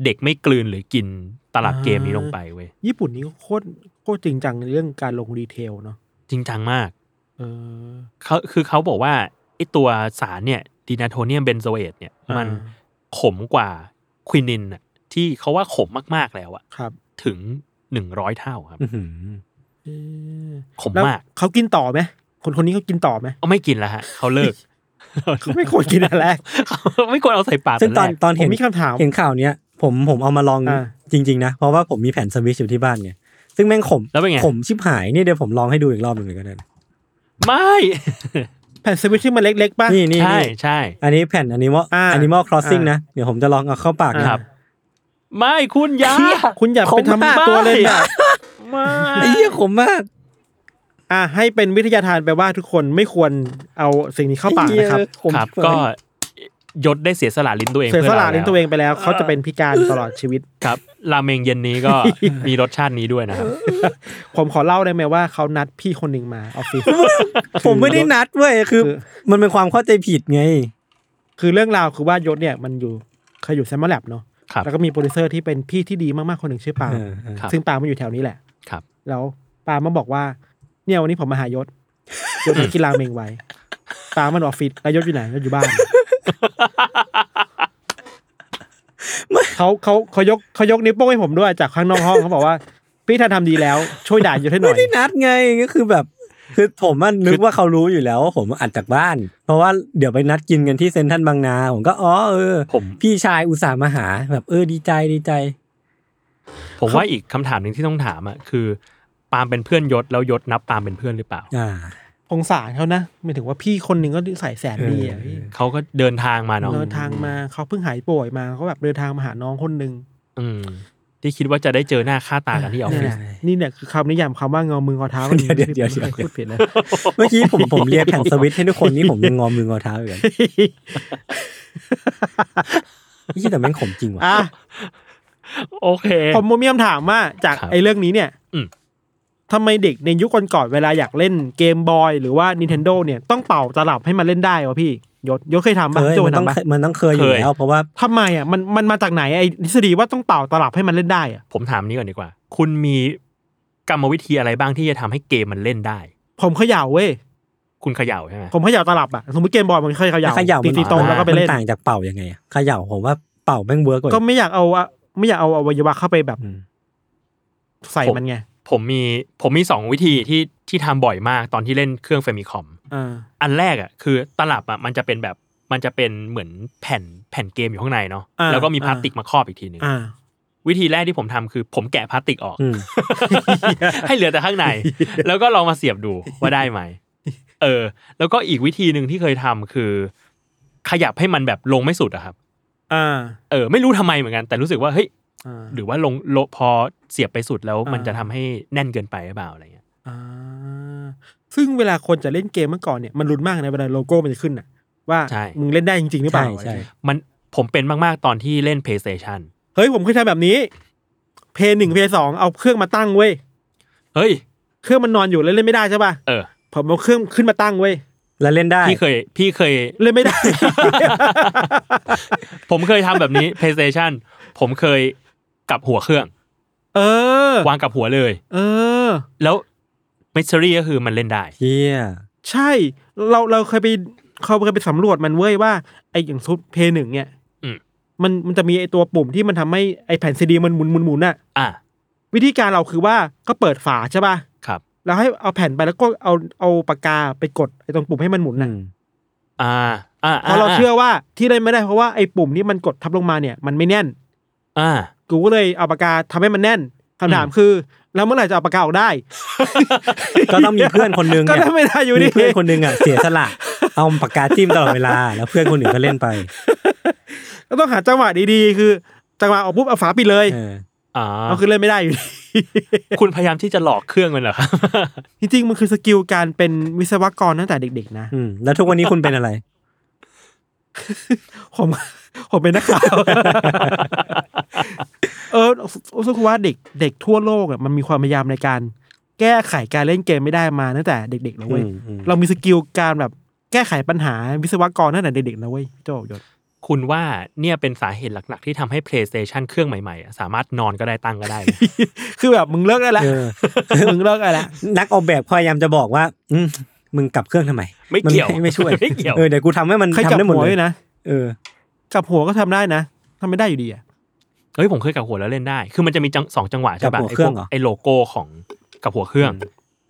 Speaker 1: เด็กไม่กลืนหรือกินตลับเกมนี้
Speaker 3: อ่า
Speaker 1: ลงไปเว้ย
Speaker 3: ญี่ปุ่นนี้โคตรโคตรจริงจังในเรื่องการลงดีเทลเนาะ
Speaker 1: จริงจังมาก
Speaker 3: เออ
Speaker 1: เขาคือเขาบอกว่าไอตัวสารเนี่ยดีนาโทเนียมเบนโซเอตเนี่ย
Speaker 3: อ่ามั
Speaker 1: มันขมกว่าควินินอะที่เขาว่าขมมากๆแล้วอะ
Speaker 3: ครับ
Speaker 1: ถึงหนึ่งร้อยเท่าครับ
Speaker 2: อื้อหือ
Speaker 3: เออ
Speaker 1: ขม
Speaker 3: แล้ว
Speaker 1: มาก
Speaker 3: เขากินต่อไหมคนคนนี้เขากินต่อไหม
Speaker 1: เอาไม่กินแล้วฮะเขาเลิก
Speaker 3: เขาไม่ควรกินอะไรก
Speaker 1: เขาไม่ควรเอาใส่ปาก
Speaker 2: ซึ่งตอน
Speaker 1: แรก
Speaker 2: ตอน
Speaker 3: ผ
Speaker 2: เห็
Speaker 3: ม
Speaker 2: น
Speaker 3: มีคำถาม
Speaker 2: เห็นข่าวเนี้ยผมผมเอามาลอง
Speaker 3: อ่า
Speaker 2: จริง ๆ นะ เพราะว่าผมมีแผ่นสวิชอยู่ที่บ้านไงซึ่งแม่งขม
Speaker 1: แล้วเป็นไง
Speaker 2: ขมชิบหายนี่เดี๋ยวผมลองให้ดูอีกรอบหนึ่งเลยก็ได้นะ
Speaker 1: ไม่
Speaker 3: แผ่นสวิตช์ที่มันเล็กๆป่ะ
Speaker 2: นี่นี่
Speaker 1: ใช่
Speaker 2: นี่
Speaker 1: ใช่
Speaker 2: อันนี้แผ่นอันนี้ว่า
Speaker 3: อ่า
Speaker 2: อันนี้ว่าครอสซิ่ง
Speaker 3: อ่า
Speaker 2: นะเดี๋ยวผมจะลองเอาเข้าปาก
Speaker 3: อ่า
Speaker 2: นะ
Speaker 1: ไม่คุณอยา
Speaker 2: เชี่ย
Speaker 3: คุณอย่าไปทำ
Speaker 2: ผมบ้า
Speaker 3: ตัวเล่นแบบ
Speaker 1: ไม่
Speaker 2: ไอ้เหี้ยขมมาก
Speaker 3: อ่ะให้เป็นวิทยาทานแปลว่าทุกคนไม่ควรเอาสิ่งนี้เข้าปากนะครับ
Speaker 2: ไอ้เหี้ยขม
Speaker 1: ครับ ก็ยศได้เสียสละลิ้นตัวเอง
Speaker 3: เสียสละ
Speaker 1: พื่อรา
Speaker 3: เลี้ยงตัวเองไปแล้ว เขาจะเป็นพิการตลอดชีวิต
Speaker 1: ครับราเมงเย็นนี้ก็ มีรสชาตินี้ด้วยนะครับ
Speaker 3: ผมขอเล่าได้ไหมว่าเขานัดพี่คนหนึ่งมาออฟฟิศ
Speaker 2: ผมไม่ได้นัดเว้ยคือ
Speaker 3: คือ
Speaker 2: มันเป็นความเข้าใจผิดไง
Speaker 3: คือเรื่องราวคือว่ายศเนี่ยมันอยู่เคยอยู่แซมมอลแลบเนาะ
Speaker 1: ครับ
Speaker 3: แล้วก็มีโปรดิวเซอร์ที่เป็นพี่ที่ดีมากๆคนหนึ่งชื่อปาล์ม
Speaker 2: เออเออ
Speaker 1: ครับ
Speaker 3: ซึ่งปาล์มมันอยู่แถวนี้แหละ
Speaker 1: ครับ
Speaker 3: แล้วปาล์มมาบอกว่า เนี่ยวันนี้ผมมาหายศ ยศไปกินราเมงไว้ ปาล์มมันออฟฟิศแล้วยศอยู่ไหนยศอยู่ บ้านเขาเขาเขายกเขายกนิ้วโป้งให้ผมด้วยจากข้างนอกห้องเขาบอกว่าพี่ท่านทำดีแล้วช่วยด่ายศให้หน่
Speaker 2: ไม่
Speaker 3: อย
Speaker 2: ได้นัดไงก็คือแบบ คือผมมันนึกว่าเขารู้อยู่แล้วว่าผมอัดจากบ้าน เพราะว่าเดี๋ยวไปนัดกินกันที่เซนทรันบางนา ผมก็อ๋อเออ
Speaker 1: ผม
Speaker 2: พี่ชายอุตส่าห์มาหา แบบเออดีใจดีใจ
Speaker 1: ผมว่าอีกคำถามหนึ่งที่ต้องถามอ่ะคือปาล์มเป็นเพื่อนยศแล้วยศนับปาล์มเป็นเพื่อนหรือเปล่า
Speaker 2: อ่า
Speaker 3: องศารเขานะหมายถึงว่าพี่คนหนึ่งก็ใส่แสนดีอ่ะ
Speaker 2: เออ
Speaker 3: พี่
Speaker 1: เขาก็เดินทางมาเนาะ
Speaker 3: เดินทางมาเขาเพิ่งหายป่วยมาเขาแบบเดินทางมาหาน้องคนหนึ่ง
Speaker 1: อืม ที่คิดว่าจะได้เจอหน้าค่าตากันที่ออฟ
Speaker 3: เนี่ย
Speaker 1: ฟิศ
Speaker 3: นะนี่เนี่ยคือคำนิยามคำว่างอมืองอเท้า
Speaker 2: เดี๋ยวเดี๋ยวเดี๋ยว
Speaker 3: ไม่คพูดผิดนะ
Speaker 2: เมื่อกี้ผมผมเรียกแผ่นสวิตช์ให้ทุกคนนี่ผมยังงอมืองอเท้า อยู่เลยนี่แต่แม่งขมจริงว่ะ
Speaker 3: อ่ะ
Speaker 1: โอเค
Speaker 3: ผมมีคำถามว่าจาก
Speaker 1: ครับ
Speaker 3: ไอ้เรื่องนี้เนี่ย
Speaker 1: อืม
Speaker 3: ทำไมเด็กในยุคก่อนๆเวลาอยากเล่นเกมบอยหรือว่า Nintendo เนี่ยต้องเป่าตลับให้มันเล่นได้วะพี่ยศยศเคยทำปะ
Speaker 2: เคย
Speaker 3: โจ
Speaker 2: มันต้อง
Speaker 3: ทำปะ
Speaker 2: เคยมันต้องเคยอยู่
Speaker 1: เคย
Speaker 2: แล้ว เพราะว่า
Speaker 3: ทำไมอ่ะมันมันมาจากไหนไอ้ทฤษฎีว่าต้องเป่าตลับให้มันเล่นได้อ่ะ
Speaker 1: ผมถามนี้ก่อนดีกว่า คุณมีกรรมวิธีอะไรบ้างที่จะทำให้เกมมันเล่นได้
Speaker 3: ผมเขย่าเว้ย
Speaker 1: คุณเขย่าใช่ไหม
Speaker 3: ผมเขย่าตลับอ่ะสมมติเกมบอยมันเคยเขย่า
Speaker 2: เขย่า
Speaker 3: ตี
Speaker 2: มัน
Speaker 3: ตีตรงแล้วก็ไปเล่น
Speaker 2: มันต่างจากเป่ายังไงอะเขย่าผมว่าเป่าแม่งเวิร์กกว่า
Speaker 3: ก็ไม่อยากเอาอะไม่อยากเอาอวัยวะเข้าไปแบบ
Speaker 2: อืม
Speaker 3: ใส่
Speaker 1: ผม
Speaker 3: มันไง
Speaker 1: ผมมีผมมีสองวิธีที่ที่ทำบ่อยมากตอนที่เล่นเครื่องเฟมิคอม
Speaker 3: อ่า
Speaker 1: อันแรกอ่ะคือตลับอ่ะมันจะเป็นแบบมันจะเป็นเหมือนแผ่นแผ่นเกมอยู่ข้างในเนาะ
Speaker 3: า
Speaker 1: แล้วก็มี
Speaker 3: อ่า
Speaker 1: พลาสติกมาครอบอีกทีหนึ่ง
Speaker 3: อ่า
Speaker 1: วิธีแรกที่ผมทำคือผมแกะพลาสติกอ อก
Speaker 2: อืม
Speaker 1: ให้เหลือแต่ข้างใน แล้วก็ลองมาเสียบดูว่าได้ไหม เออ แล้วก็อีกวิธีหนึ่งที่เคยทำคือ ขยับให้มันแบบลงไม่สุดอะครับ
Speaker 3: อ่า
Speaker 1: เออ ไม่รู้ทำไมเหมือนกัน แต่รู้สึกว่าเฮ้ย
Speaker 3: อ่า
Speaker 1: หรือว่าลงโลพอเสียบไปสุดแล้ว มัน
Speaker 3: อ่า
Speaker 1: จะทำให้แน่นเกินไปหรือเปล่าอะไรเงี้ย
Speaker 3: อ่าซึ่งเวลาคนจะเล่นเกมเมื่อก่อนเนี่ยมันรุนมากนะเวลาโลโก้มันจะขึ้นอ่ะ ว่า
Speaker 1: ใช่
Speaker 3: มึงเล่นได้จริงๆหรือเปล่า
Speaker 2: ใช่ใช่
Speaker 1: มันผมเป็นมากๆตอนที่เล่น PlayStation
Speaker 3: เฮ้ยผมเคยทำแบบนี้ เพย์หนึ่งเพย์สองเอาเครื่องมาตั้งเว้ย
Speaker 1: เฮ้ย
Speaker 3: เครื่องมันนอนอยู่แล้วเล่นไม่ได้ใช่ป่ะ
Speaker 1: เออ
Speaker 3: ผมเอาเครื่องขึ้นมาตั้งเว้ย
Speaker 2: แล้วเล่นได้
Speaker 1: พี่เคยพี่เคย
Speaker 3: เล่นไม่ได้
Speaker 1: ผมเคยทำแบบนี้ PlayStation ผมเคยกลับหัวเครื่อง
Speaker 3: เออ
Speaker 1: วางกลับหัวเลย
Speaker 3: เออ
Speaker 1: แล้วมิส t ตอรี่ก็คือมันเล่นได้
Speaker 2: เฮีย
Speaker 3: ใช่ เราเราเคยไปเขาเคยไปสำรวจมันเว้ยว่าไออย่างซุดเพย์หนึ่งเนี่ย
Speaker 1: อืม
Speaker 3: มันมันจะมีไอตัวปุ่มที่มันทำให้ไอแผ่นซีดีมันหมุนหมุนหมุนน่ะ
Speaker 1: อ่ะ
Speaker 3: วิธีการเราคือว่าก็เปิดฝาใช่ป่ะ
Speaker 1: ครับ
Speaker 3: แล้วให้เอาแผ่นไปแล้วก็เอาเอาปากกาไปกดไอตรงปุ่มให้มันหมุน
Speaker 2: อื
Speaker 3: น่ะ
Speaker 2: ม
Speaker 1: อ่าอ่า
Speaker 3: เพราะเราเชื่อว่าที่ได้ไม่ได้เพราะว่าไอปุ่มที่มันกดทับลงมาเนี่ยมันไม่แน่น
Speaker 1: อ่า
Speaker 3: กูก็เลยเอาปากกาทำให้มันแน่นคำถามคือ แล้วเมื่อไหร่จะเอาปากกาออกได้
Speaker 2: ก็ต้องมีเพื่อนคนนึง
Speaker 3: ก็
Speaker 2: อะ
Speaker 3: ได้ไม่ได้อยู่
Speaker 2: มี
Speaker 3: ดี
Speaker 2: เพื่อนคนนึงอ่ะเสียสละเอาปากกาจิ้มตลอดเวลา แล้วเพื่อนคนอื่นก็เล่นไป
Speaker 3: ก็ต้องหาจังหวะดีๆ คือ จังหวะออกปุ๊บเอาฝาปิดเลย
Speaker 2: เออ
Speaker 1: อ่า
Speaker 3: เอาคือเล่นไม่ได้อยู่ดี
Speaker 1: คุณพยายามที่จะหลอกเครื่องมันเหรอครับ
Speaker 3: จริงๆ มันคือสกิลการเป็นวิศวกรตั้งแต่เด็กๆ นะ
Speaker 2: อืมแล้วทุกวันนี้คุณเป็นอะไร
Speaker 3: ผม ผมเป็นนักข่าว เออรู้สึกว่าเด็กเด็กทั่วโลกอ่ะมันมีความพยายามในการ แก้ไขการเล่นเกมไม่ได้มาตั้งแต่เด็กๆแล้วเว้ย
Speaker 2: อืมอืม
Speaker 3: เรามีสกิลการแบบแก้ไขปัญหาวิศวกรตั้งแต่เด็กๆนะเว้ยเจ้าหยศ
Speaker 1: คุณว่าเนี่ยเป็นสาเหตุหลักๆ ที่ทำให้ PlayStation เครื่องใหม่ๆอะสามารถนอนก็ได้ตั้งก็ได้นะ
Speaker 3: คือแบบมึงเลิกได้แล้ว
Speaker 2: เออ
Speaker 3: มึงเลิกได้แล้ว
Speaker 2: นักออกแบบพยายามจะบอกว่า อืมมึงกลับเครื่องทำไม
Speaker 1: ไม่เกี่ยวน
Speaker 2: ไม่ช่วย
Speaker 1: ไม่เกี่ยว
Speaker 2: เออเดี๋ยวกูทำให้มัน
Speaker 3: ใครจับ
Speaker 2: ทำได้หมด
Speaker 3: หัว
Speaker 2: เล
Speaker 3: ด้วย ยนะ
Speaker 2: เออ
Speaker 3: จับหัวก็ทำได้นะทำไม่ได้อยู่ดีอ่ะ
Speaker 1: เฮ้ยผมเคยกับหัวแล้วเล่นได้ คือมันจะมีจังสองจังหวะใช่
Speaker 2: กับ
Speaker 1: ปะ
Speaker 2: หัว
Speaker 1: ไอ้
Speaker 2: เครื่
Speaker 1: พ
Speaker 2: อ
Speaker 1: ว
Speaker 2: ง
Speaker 1: ก
Speaker 2: เหรอ
Speaker 1: ไอ้โลโก้ของกับหัวเครื่อง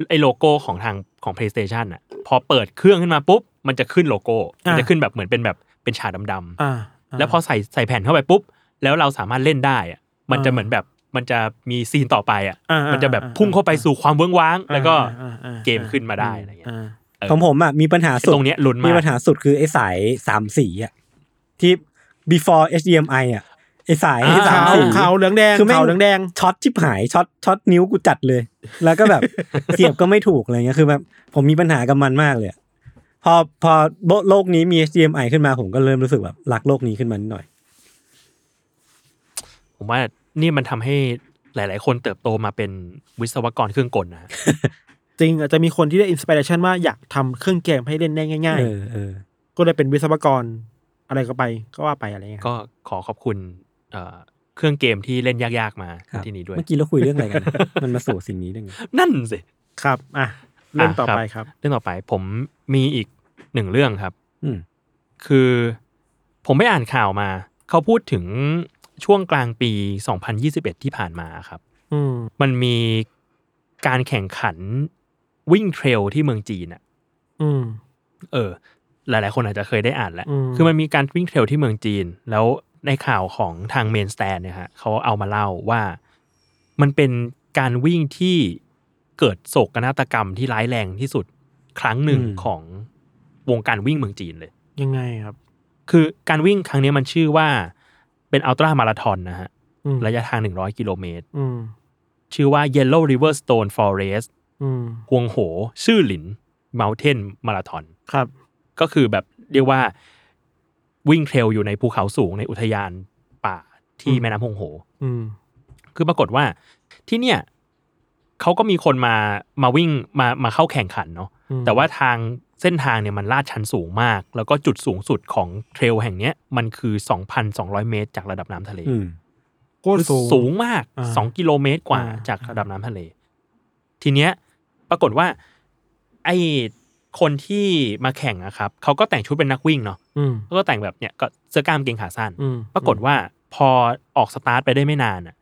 Speaker 1: ไอ้โลโก้ของทางของ PlayStation อ่ะ พอเปิดเครื่องขึ้นมาปุ๊บมันจะขึ้นโลโก้มันจะขึ้นแบบเหมือนเป็นแบบเป็นฉากดำๆ
Speaker 3: อ่า
Speaker 1: แล้วพอใส่ใส่แผ่นเข้าไปปุ๊บ แล้วเราสามารถเล่นได้อะมันจะ
Speaker 3: อ่า
Speaker 1: เหมือนแบบมันจะมีซีนต่อไปอ่ะ
Speaker 3: อ่าอ่ามั
Speaker 1: มันจะแบบ
Speaker 3: อ่า
Speaker 1: พุ่งเข้าไปสู่ความเวิ้งว้าง แล้วก็
Speaker 3: อ่าอ่าอ่า
Speaker 1: เกมขึ้นมาได้อะไรเงี้ย
Speaker 3: อ่า
Speaker 1: เออ
Speaker 2: ของผมอ่ะมีปัญหาสุด
Speaker 1: ตรงเนี้ยลุ้นมาก
Speaker 2: ปัญหาสุดคือไอ้สายสามสีอ่ะที่ before HDMI อ่ะ ไอ้สาย
Speaker 1: อ่า
Speaker 2: สา
Speaker 3: ขาม ว
Speaker 2: สี
Speaker 3: ขาวเหลืองแดง
Speaker 2: คือไม่
Speaker 3: ขาวเหลืองแดง
Speaker 2: ช็อตชิบหายช็อตช็อตนิ้วกูจัดเลย แล้วก็แบบ เสียบก็ไม่ถูกอะไรเงี้ยคือแบบผมมีปัญหากับมันมากเลยอะพอพอโลกนี้มี HDMI ขึ้นมาผมก็เริ่มรู้สึกแบบรักโลกนี้ขึ้นมานิดหน่อย
Speaker 1: ผมว่านี่มันทำให้หลาย ๆ คนเติบโตมาเป็นวิศวกรเครื่องกลนะฮะ
Speaker 3: จริงอาจจะมีคนที่ได้อินสปิเรชันว่าอยากทำเครื่องเกมให้เล่นได้ง่าย
Speaker 2: เออเออ
Speaker 3: ๆ ก็เลยเป็นวิศวกรอะไรก็ไปก็ว่าไปอะไรเงี้ย
Speaker 1: ก็ขอขอบคุณเอ่อเครื่องเกมที่เล่นยาก ๆ มา
Speaker 2: ครับ
Speaker 1: ที่นี่ด้วย
Speaker 2: เมื่อกี้เราคุยเรื่องอะไรกันนะ มันมาสู่สิ่งนี้ได้ไง
Speaker 1: นั่นสิ
Speaker 3: ครับอ่ะเรื่องต่อ
Speaker 1: ครับ
Speaker 3: ไปครับ
Speaker 1: เรื่องต่อไปผมมีอีกหนึ่งเรื่องครับ
Speaker 2: อืม
Speaker 1: คือผมไม่อ่านข่าวมา เขาพูดถึงช่วงกลางปี 2021 ที่ผ่านมาครับ
Speaker 3: อืม
Speaker 1: มันมีการแข่งขันวิ่งเทรลที่เมืองจีนอะ
Speaker 3: อืม
Speaker 1: เออ หลาย ๆ คนอาจจะเคยได้อ่านแหละ
Speaker 3: อืม
Speaker 1: คือมันมีการวิ่งเทรลที่เมืองจีน แล้วในข่าวของทางเมนสแตนเนี่ยฮะเขาเอามาเล่าว่ามันเป็นการวิ่งที่เกิดโศกนาฏกรรมที่ร้ายแรงที่สุดครั้งหนึ่ง
Speaker 2: อืม
Speaker 1: ของวงการวิ่งเมืองจีนเลย
Speaker 3: ยังไงครับ
Speaker 1: คือการวิ่งครั้งเนี้ยมันชื่อว่าเป็นอัลตร้ามาราธอนนะฮะ
Speaker 3: อืม
Speaker 1: ระยะทาง 100 กิโลเมตร
Speaker 3: อืม
Speaker 1: ชื่อว่า Yellow River Stone Forest
Speaker 3: อืม
Speaker 1: ฮวงโห ชื่อหลิน Mountain Marathon
Speaker 3: ครับ
Speaker 1: ก็คือแบบเรียกว่าวิ่งเทรลอยู่ในภูเขาสูงในอุทยานป่าที่
Speaker 3: อืม
Speaker 1: แม่น้ำฮงโห
Speaker 3: อืม
Speaker 1: คือปรากฏว่าที่เนี่ยเขาก็มีคนมามาวิ่งมามาเข้าแข่งขันเนาะ
Speaker 3: อืม
Speaker 1: แต่ว่าทางเส้นทางเนี่ยมันลาดชันสูงมาก แล้วก็จุดสูงสุดของเทรลแห่งเนี้ยมันคือ 2,200 เมตร จากระดับน้ำทะเล
Speaker 2: อืม
Speaker 3: โคตรสูง
Speaker 1: สูงมาก
Speaker 3: อ่า
Speaker 1: 2 กิโลเมตรกว่า
Speaker 3: อ่า
Speaker 1: จากระดับน้ำทะเล ทีเนี้ยปรากฏว่าไอคนที่มาแข่งอะครับเขาก็แต่งชุดเป็นนักวิ่งเนาะ
Speaker 3: อืม
Speaker 1: ก็แต่งแบบเนี่ยก็เสื้อกล้ามเกงขาสั้น
Speaker 3: อืม
Speaker 1: ปรากฏว่าพอออกสตาร์ทไปได้ไม่นานอ่ะ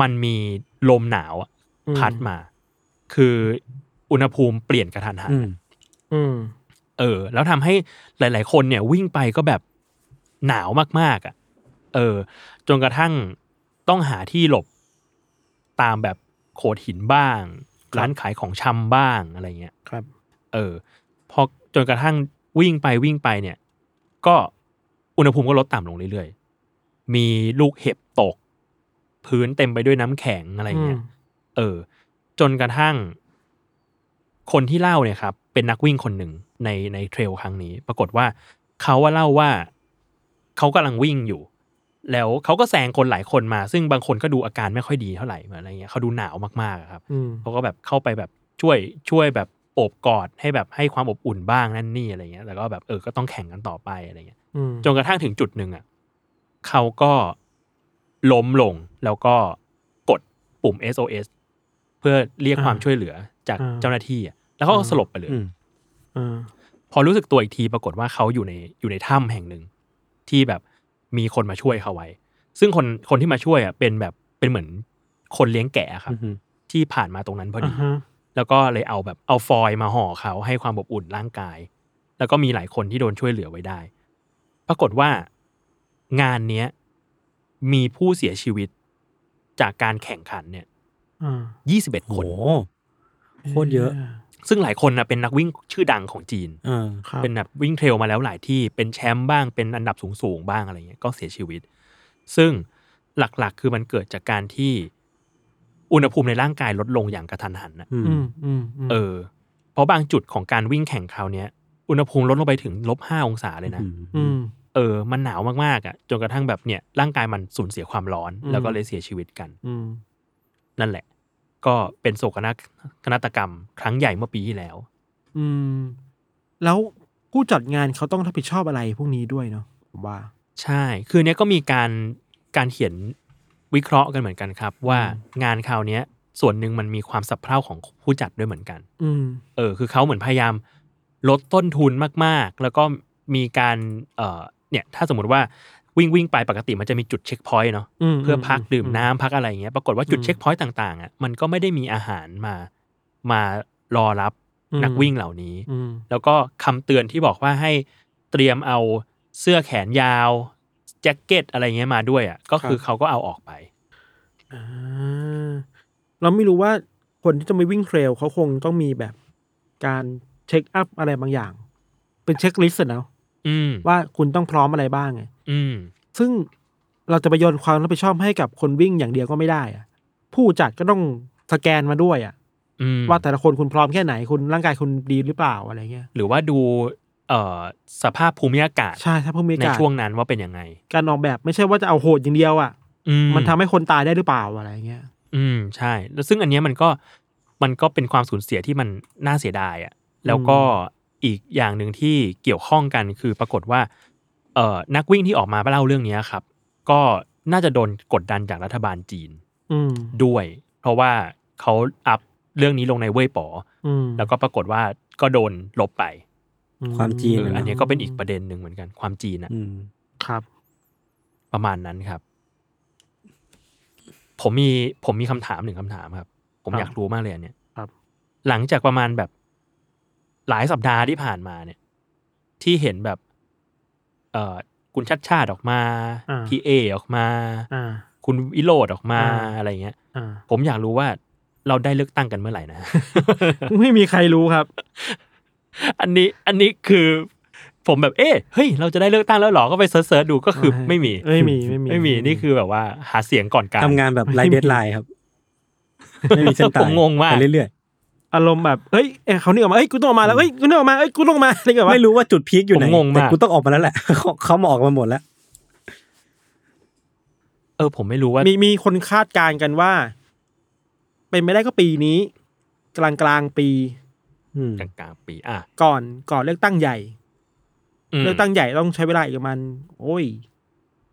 Speaker 1: มันมีลมหนาวอะ
Speaker 3: อื
Speaker 1: พัดมา คืออุณหภูมิเปลี่ยนกระทันหัน
Speaker 2: อืม
Speaker 3: อืม
Speaker 1: เออ แล้วทำให้หลาย ๆ คนเนี่ยวิ่งไปก็แบบหนาวมาก ๆ อ่ะ เออ จนกระทั่งต้องหาที่หลบตามแบบโขดหินบ้าง ร้านขายของชำบ้างอะไรเงี้ย
Speaker 3: ครับ
Speaker 1: เออพอจนกระทั่งวิ่งไปวิ่งไปเนี่ย ก็อุณหภูมิก็ลดต่ำลงเรื่อยๆ มีลูกเห็บตก พื้นเต็มไปด้วยน้ำแข็งอะไรเงี้ย
Speaker 3: อืม
Speaker 1: เออ จนกระทั่ง คนที่เล่าเนี่ยครับ เป็นนักวิ่งคนหนึ่งในในเทรลครั้งนี้ ปรากฏว่าเขาว่าเล่าว่าเขากำลังวิ่งอยู่ แล้วเขาก็แซงคนหลายคนมา ซึ่งบางคนก็ดูอาการไม่ค่อยดีเท่าไหร่เหมือนอะไรเงี้ยเขาดูหนาวมากๆอะครับ
Speaker 3: อืม
Speaker 1: เขาก็แบบเข้าไปแบบช่วยช่วยแบบโอบกอดให้แบบให้ความอบอุ่นบ้างนั่นนี่อะไรเงี้ยแล้วก็แบบเออก็ต้องแข่งกันต่อไปอะไรเงี้ย
Speaker 3: อืม
Speaker 1: จนกระทั่งถึงจุดหนึ่งอ่ะเขาก็ล้มลงแล้วก็กดปุ่ม SOS เพื่อเรียกความช่วยเหลือจากเจ้าหน้าที่อะแล้วเขาก็สลบไปเลย
Speaker 2: อืม
Speaker 3: อ่า
Speaker 1: พอรู้สึกตัวอีกทีปรากฏว่าเขาอยู่ในอยู่ในถ้ำแห่งหนึ่ง ที่แบบมีคนมาช่วยเขาไว้ ซึ่งคนคนที่มาช่วยอ่ะเป็นแบบเป็นเหมือนคนเลี้ยงแกะครับ
Speaker 2: อือฮึ
Speaker 1: ที่ผ่านมาตรงนั้นพอ
Speaker 3: อ่า
Speaker 1: ดี
Speaker 3: ฮะ
Speaker 1: แล้วก็เลยเอาแบบเอาฟอยล์มาห่อเขาให้ความอบอุ่นร่างกาย แล้วก็มีหลายคนที่โดนช่วยเหลือไว้ได้ ปรากฏว่างานเนี้ยมีผู้เสียชีวิตจากการแข่งขันเนี่ย
Speaker 3: อ่า
Speaker 1: ยี่สิบเอ็ด
Speaker 2: โห
Speaker 1: คน
Speaker 2: โคตรเยอะ
Speaker 1: ซึ่งหลายคนนะเป็นนักวิ่งชื่อดังของจีน
Speaker 2: เออ
Speaker 3: ครับ
Speaker 1: เป็นแบบวิ่งเทรลมาแล้วหลายที่เป็นแชมป์บ้างเป็นอันดับสูงๆบ้างอะไรเงี้ยก็เสียชีวิต ซึ่งหลักๆ คือมันเกิดจากการที่อุณหภูมิในร่างกายลดลงอย่างกระทันหันนะ
Speaker 2: อืม
Speaker 3: อืมอืมอืม
Speaker 1: เออ เพราะบางจุดของการวิ่งแข่งคราวเนี้ย อุณหภูมิลดลงไปถึงลบห้าองศาเลยนะ
Speaker 3: อืม
Speaker 1: เออ มันหนาวมากๆอ่ะ จนกระทั่งแบบเนี่ย ร่างกายมันสูญเสียความร้อน
Speaker 3: อืม
Speaker 1: แล้วก็เลยเสียชีวิตกัน
Speaker 3: อืม
Speaker 1: นั่นแหละ ก็เป็นโศกนาฏนาฏกรรม ครั้งใหญ่เมื่อปีที่แล้ว
Speaker 3: อืมแล้วผู้จัดงานเขาต้องรับผิดชอบอะไรพวกนี้ด้วยเนาะผมว่า
Speaker 1: ใช่ คือเนี้ยก็มีการการเขียนวิเคราะห์กันเหมือนกันครับ ว่า
Speaker 3: อื
Speaker 1: งานคราวเนี้ย ส่วนหนึ่งมันมีความสับเพร่าของผู้จัดด้วยเหมือนกัน
Speaker 3: อืม
Speaker 1: เออคือเขาเหมือนพยายามลดต้นทุนมาก ๆ แล้วก็มีการเอ่อเนี่ยถ้าสมมติว่าวิ่งวิ่งไปปกติมันจะมีจุดเช็คพอยต์เนาะ
Speaker 3: ม
Speaker 1: เพื่อพัก
Speaker 3: ม
Speaker 1: ดื่ม
Speaker 3: อื
Speaker 1: น้ำพักอะไรอย่างเงี้ยปรากฏว่าจุด
Speaker 3: อืม
Speaker 1: เช็คพอยต์ต่างๆอ่ะมันก็ไม่ได้มีอาหารมามารอรับนักวิ่งเหล่านี้
Speaker 3: อืม
Speaker 1: แล้วก็คำเตือนที่บอกว่าให้เตรียมเอาเสื้อแขนยาวแจ็คเก็ตอะไรเงี้ยมาด้วยอ่ะก็คือ
Speaker 3: ครับ
Speaker 1: เขาก็เอาออกไป
Speaker 3: อ่าเราไม่รู้ว่าคนที่จะไปวิ่งเทรลเขาคงต้องมีแบบการเช็คอัพอะไรบางอย่าง เป็นเช็คลิสต์อะเนาะ
Speaker 1: อืม
Speaker 3: ว่าคุณต้องพร้อมอะไรบ้างไง
Speaker 1: อืม
Speaker 3: ซึ่ง เราจะไปโยนความรับผิดชอบให้กับคนวิ่งอย่างเดียวก็ไม่ได้อะผู้จัดก็ต้องสแกนมาด้วยอะ
Speaker 1: อืม
Speaker 3: ว่าแต่ละคนคุณพร้อมแค่ไหนคุณร่างกายคุณดีหรือเปล่าอะไรเงี้ย
Speaker 1: หรือว่าดูเอ่อสภาพภูมิอากาศ
Speaker 3: ใช่ถ้าพวกมี
Speaker 1: ใน
Speaker 3: การ
Speaker 1: ช่วงนั้นว่าเป็นยังไง
Speaker 3: การออกแบบไม่ใช่ว่าจะเอาโหดอย่างเดียวอ่ะ
Speaker 1: อื
Speaker 3: มันทำให้คนตายได้หรือเปล่าอะไรเงี้ย
Speaker 1: อืมใช่ แล้วซึ่งอันเนี้ยมันก็มันก็เป็นความสูญเสียที่มันน่าเสียดายอะ่ะแล้วก็อีกอย่างหนึ่งที่เกี่ยวข้องกันคือปรากฏว่าเอ่อนักวิ่งที่ออกมาเล่าเรื่องเนี้ยครับ ก็น่าจะโดนกดดันจากรัฐบาลจีน
Speaker 3: อืม
Speaker 1: ด้วย เพราะว่าเขาอัพเรื่องนี้ลงในเว่ยป๋อ
Speaker 3: อืม
Speaker 1: แล้วก็ปรากฏว่าก็โดนลบไป
Speaker 2: ความจี
Speaker 1: เอ
Speaker 2: ม
Speaker 1: ออันเนี้ยก็เป็นอีกประเด็นหนึ่งเหมือนกันความจีนอะ
Speaker 2: อืม
Speaker 3: ครับ
Speaker 1: ประมาณนั้นครับ ผมมีผมมีคำถามหนึ่งคำถามครับ ผม
Speaker 3: ครับ
Speaker 1: อยากรู้มากเลยอันเนี่ย
Speaker 3: ครับ
Speaker 1: หลังจากประมาณแบบหลายสัปดาห์ที่ผ่านมาเนี่ย ที่เห็นแบบ เอ่อคุณชัดชาติออกมา
Speaker 3: อ่า
Speaker 1: พีเอออกมา
Speaker 3: อ่า
Speaker 1: คุณวิโรดออกมา
Speaker 3: อ่า
Speaker 1: อะไรเงี้ย
Speaker 3: อ่า
Speaker 1: ผมอยากรู้ว่าเราได้เลือกตั้งกันเมื่อไหร่นะ
Speaker 3: ไม่มีใครรู้ครับ
Speaker 1: อันนี้อันนี้คือ ผมแบบเอ๊ะเฮ้ย เราจะได้เลือกตั้งแล้วเหรอก็ไปเสิร์ชๆดูก็คือไม่มี
Speaker 3: ไม่มีไม่มี
Speaker 1: ไม่มีนี่คือแบบว่าหาเสียงก่อนการ
Speaker 2: ทำงานแบบไล
Speaker 3: ไม่มี
Speaker 2: เดทไลน์ครับ ไม่มีเส้นตาย
Speaker 1: ผมงงมาก
Speaker 2: ไปเรื่อย
Speaker 3: อารมณ์แบบเฮ้ยเอ้ยเขานี่ออกมาเอ้ยกูต้องออกมาแล้วเอ้ยกูต้องออกมาเอ้ยกูต้องออกมา อะไรแบบ
Speaker 2: ๆ
Speaker 3: ว่า
Speaker 2: ไม่รู้ว่าจุดพีคอยู่ไหน
Speaker 1: ผมงงมาก
Speaker 2: แต่กูต้องออกมาแล้วแหละ เขาเขามาออกมาหมดแล้ว
Speaker 1: เออผมไม่รู้ว่า
Speaker 3: มีมีคนคาดการณ์กันว่า เป็นไม่ได้ก็ปีนี้ กลางกลางๆปี
Speaker 2: อืม
Speaker 1: กลางกลางๆปี อ่ะ
Speaker 3: ก่อนก่อนเลือกตั้งใหญ่
Speaker 1: ม
Speaker 3: เลือกตั้งใหญ่ต้องใช้เวลาอีกประมาณโอ้ย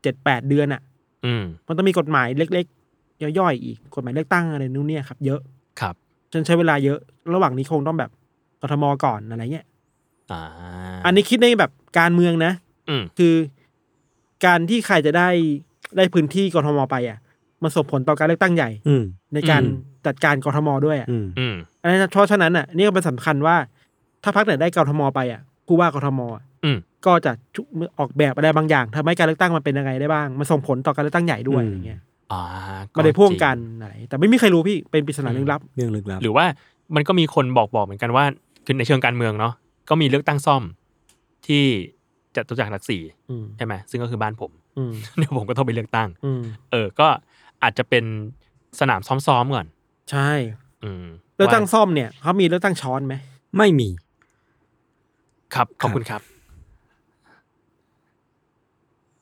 Speaker 3: เจ็ดแปดเดือนอ่ะ
Speaker 1: อืม
Speaker 3: มันต้องมีกฎหมายเล็กๆ ย่อยๆอีกกฎหมายเลือกตั้งอะไรนู่นเนี่ยครับเยอะ
Speaker 1: ครับ
Speaker 3: จนใช้เวลาเยอะ ระหว่างนี้คงต้องแบบกทมก่อนอะไรเงี้ย
Speaker 1: อ่า
Speaker 3: อันนี้คิดในแบบการเมืองนะ
Speaker 1: อืม
Speaker 3: คือการที่ใครจะได้ได้พื้นที่กทมไปอ่ะ มันส่งผลต่อการเลือกตั้งใหญ่
Speaker 2: อืม
Speaker 3: ในการจัดการกทมด้วยอ่ะ
Speaker 2: อืม
Speaker 1: อืม
Speaker 3: อันนั้นเพราะฉะนั้นอ่ะนี่ก็เป็นสำคัญว่า ถ้าพักไหนได้กทมไปอ่ะผู้ว่ากทมอ่ะ
Speaker 1: อืม
Speaker 3: ก็จะชุออกแบบอะไรบางอย่างทำให้การเลือกตั้งมันเป็นยังไงได้บ้าง มันส่งผลต่อการเลือกตั้งใหญ่ด้วยอะไรเงี้ย
Speaker 1: อ่า
Speaker 3: มันเลยพ่วงกันอะไรแต่ไม่มีใครรู้พี่เป็นปริศนาลึกลับ
Speaker 2: เรื่องลึกลับ
Speaker 1: หรือว่ามันก็มีคนบอกบอกเหมือนกันว่าคือในเชิงการเมืองเนาะก็มีเลือกตั้งซ่อมที่จตุจักรหลักสี่
Speaker 3: อืม
Speaker 1: ใช่ไหมซึ่งก็คือบ้านผม
Speaker 3: อืม
Speaker 1: เดี๋ยวผมก็ต้องไปเลือกตั้ง
Speaker 3: อืม
Speaker 1: เออ ก็อาจจะเป็นสนามซ้อมๆก่อน
Speaker 3: ใช่
Speaker 1: อืม
Speaker 3: เลือกตั้ง
Speaker 1: ว่า
Speaker 3: ซ่อมเนี่ยเขามีเลือกตั้งช้อนไหม
Speaker 2: ไม่มี
Speaker 1: ครับขอบคุณครับ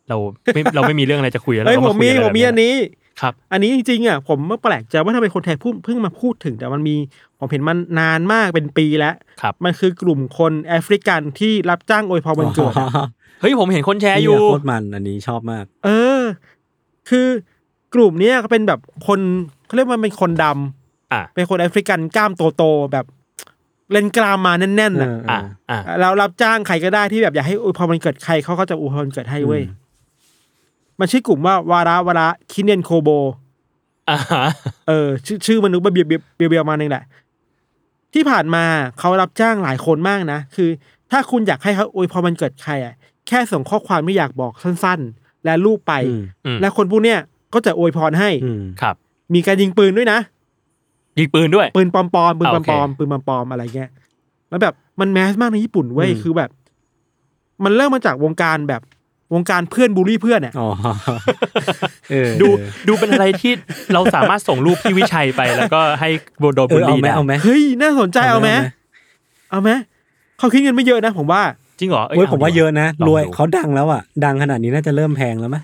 Speaker 1: เราไม่เราไม่มีเรื่องอะไรจะคุยแล้ว
Speaker 3: เฮ้ยผ
Speaker 1: ราก็าม คุ
Speaker 3: มี
Speaker 1: ยะไร
Speaker 3: ผมมีอั
Speaker 1: แบบ
Speaker 3: นนี้
Speaker 1: ครับ
Speaker 3: อันนี้จริงๆอ่ะผมแปลกใจว่าทำไมคนไทยพูดเพิ่งมาพูดถึงแต่มันมีผมเห็นมันนานมากเป็นปีแล้ว
Speaker 1: ครับ
Speaker 3: มันคือกลุ่มคนแอฟริกันที่รับจ้างอวยพรวันเกิดอะ
Speaker 1: เฮ้ย ผมเห็นคนแชร์อ
Speaker 2: นี่
Speaker 1: ยู่
Speaker 2: โคตรมันอันนี้ชอบมาก
Speaker 3: เออ คือกลุ่มเนี้ยก็เป็นแบบคนเขาเรียกว่ามันเป็นคนดำ
Speaker 1: อ่ะ
Speaker 3: เป็นคนแอฟริกันกล้ามโตๆแบบเล่นกล้ามมาแน่นๆน่ะ
Speaker 1: อ่ะ อ่ะ
Speaker 3: แล้วรับจ้างใครก็ได้ที่แบบอยากให้อวยพรวันเกิดใครเขาก็จะอวยพรวันเกิดให้เว้ย
Speaker 2: อืม
Speaker 3: มันชื่อกลุ่มว่าวาระวาระคิเนนโคโบ
Speaker 1: อ่ะฮะ
Speaker 3: เออชื่อชื่อมนุษย์เบียเบียเบียเบียมาหนึ่งแหละ ที่ผ่านมาเขารับจ้างหลายคนมากนะ คือ ถ้าคุณอยากให้เขาอวยพรวันเกิดใครอ่ะแค่ส่งข้อความไม่อยากบอกสั้นๆ และรูปไป
Speaker 2: อืม
Speaker 1: อืม
Speaker 3: และคนพวกเนี้ยก็จะอวยพรให้
Speaker 2: อืม
Speaker 1: ครับ
Speaker 3: มีการยิงปืนด้วยนะ
Speaker 1: ยิงปืนด้วย
Speaker 3: ปืนปลอมๆปืนปลอม
Speaker 1: อ่าโอเค
Speaker 3: ๆปืนปลอมๆอะไรเงี้ยแล้วแบบมันแมสมากในญี่ปุ่นเว้ยคือแบบ มันเริ่มมาจากวงการแบบวงการเพื่อนบูลลี่เพื่อนอ่ะ
Speaker 2: อ๋อเออ
Speaker 1: ดู ดูเป็นอะไรที่เราสามารถส่งรูปพี่วิชัยไป แล้วก็ให้โบโดน
Speaker 2: เอ
Speaker 1: บุ
Speaker 2: อเอา
Speaker 1: รี
Speaker 2: ไหม
Speaker 1: ได้
Speaker 2: เอาไหม
Speaker 3: เฮ้ยน่าสนใจเอาไหม
Speaker 2: เอาไหม
Speaker 3: เอาไหมเขาคิดเงินไม่เยอะนะผมว่า
Speaker 1: จริงเหรอเอ้
Speaker 2: เว้ยผมว่า
Speaker 1: ดี
Speaker 2: เยอะนะ
Speaker 1: ลอง
Speaker 2: รวย
Speaker 1: ดู
Speaker 2: เขาดังแล้วอ่ะ ดังขนาดนี้น่าจะเริ่มแพงแล้วมั้ย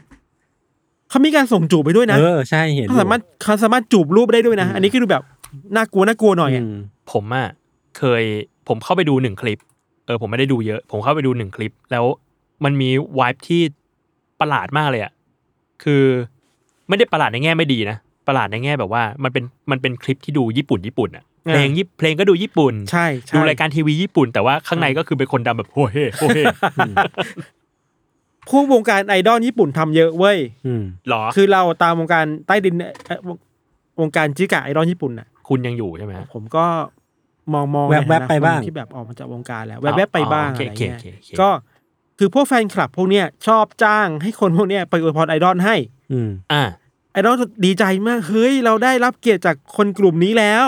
Speaker 3: เขามีการส่งจูบไปด้วยนะ
Speaker 2: เออใช่เห็น
Speaker 3: เขาสามารถเขาสามารถจูบรูปได้ด้วยนะ อันนี้ก็ดูแบบน่ากลัวน่ากลัวหน่อยอะ
Speaker 2: ม
Speaker 1: ผมอ่ะเคย ผมเข้าไปดูหนึ่งคลิป เออ ผมไม่ได้ดูเยอะ ผมเข้าไปดูหนึ่งคลิป แล้วมันมีวายที่ประหลาดมากเลยอ่ะ คือไม่ได้ประหลาดในแง่ไม่ดีนะ ประหลาดในแง่แบบว่า มันเป็น มันเป็นคลิปที่ดูญี่ปุ่นญี่ปุ่นอ่ะ เพลงญี่เพลงก็ดูญี่ปุ่น
Speaker 3: ใช่ใช่
Speaker 1: ดูรายการทีวีญี่ปุ่น แต่ว่าข้างในก็คือเป็นคนดำแบบโฮเฮโฮเฮ
Speaker 3: ผู้วงการไอดอลญี่ปุ่นทำเยอะเว้ย
Speaker 2: อืม
Speaker 1: หร อ
Speaker 3: คือเราตามวงการใต้ดินเอ่อวงวงการจิกะไอดอลญี่ปุ่นน่ะ
Speaker 1: คุณยังอยู่ใช่ไหมฮะ
Speaker 3: ผมก็มองมอง
Speaker 2: แวบๆ
Speaker 3: ในฐนะ
Speaker 2: ไปบ้าง
Speaker 3: คนที่แบบออกมาจากวงการแล้วแวบๆไปบ้าง
Speaker 1: โอเค
Speaker 3: อะไร
Speaker 1: โอเค
Speaker 3: เงี้
Speaker 1: โอย เคโอเค
Speaker 3: ก็คือพวกแฟนคลับพวกเนี้ยชอบจ้างให้คนพวกเนี้ยไปอวยพรไอดอลให้
Speaker 2: อืม
Speaker 1: อ่า
Speaker 3: ไอดอลดีใจมากเฮ้ยเราได้รับเกียรติจากคนกลุ่มนี้แล้ว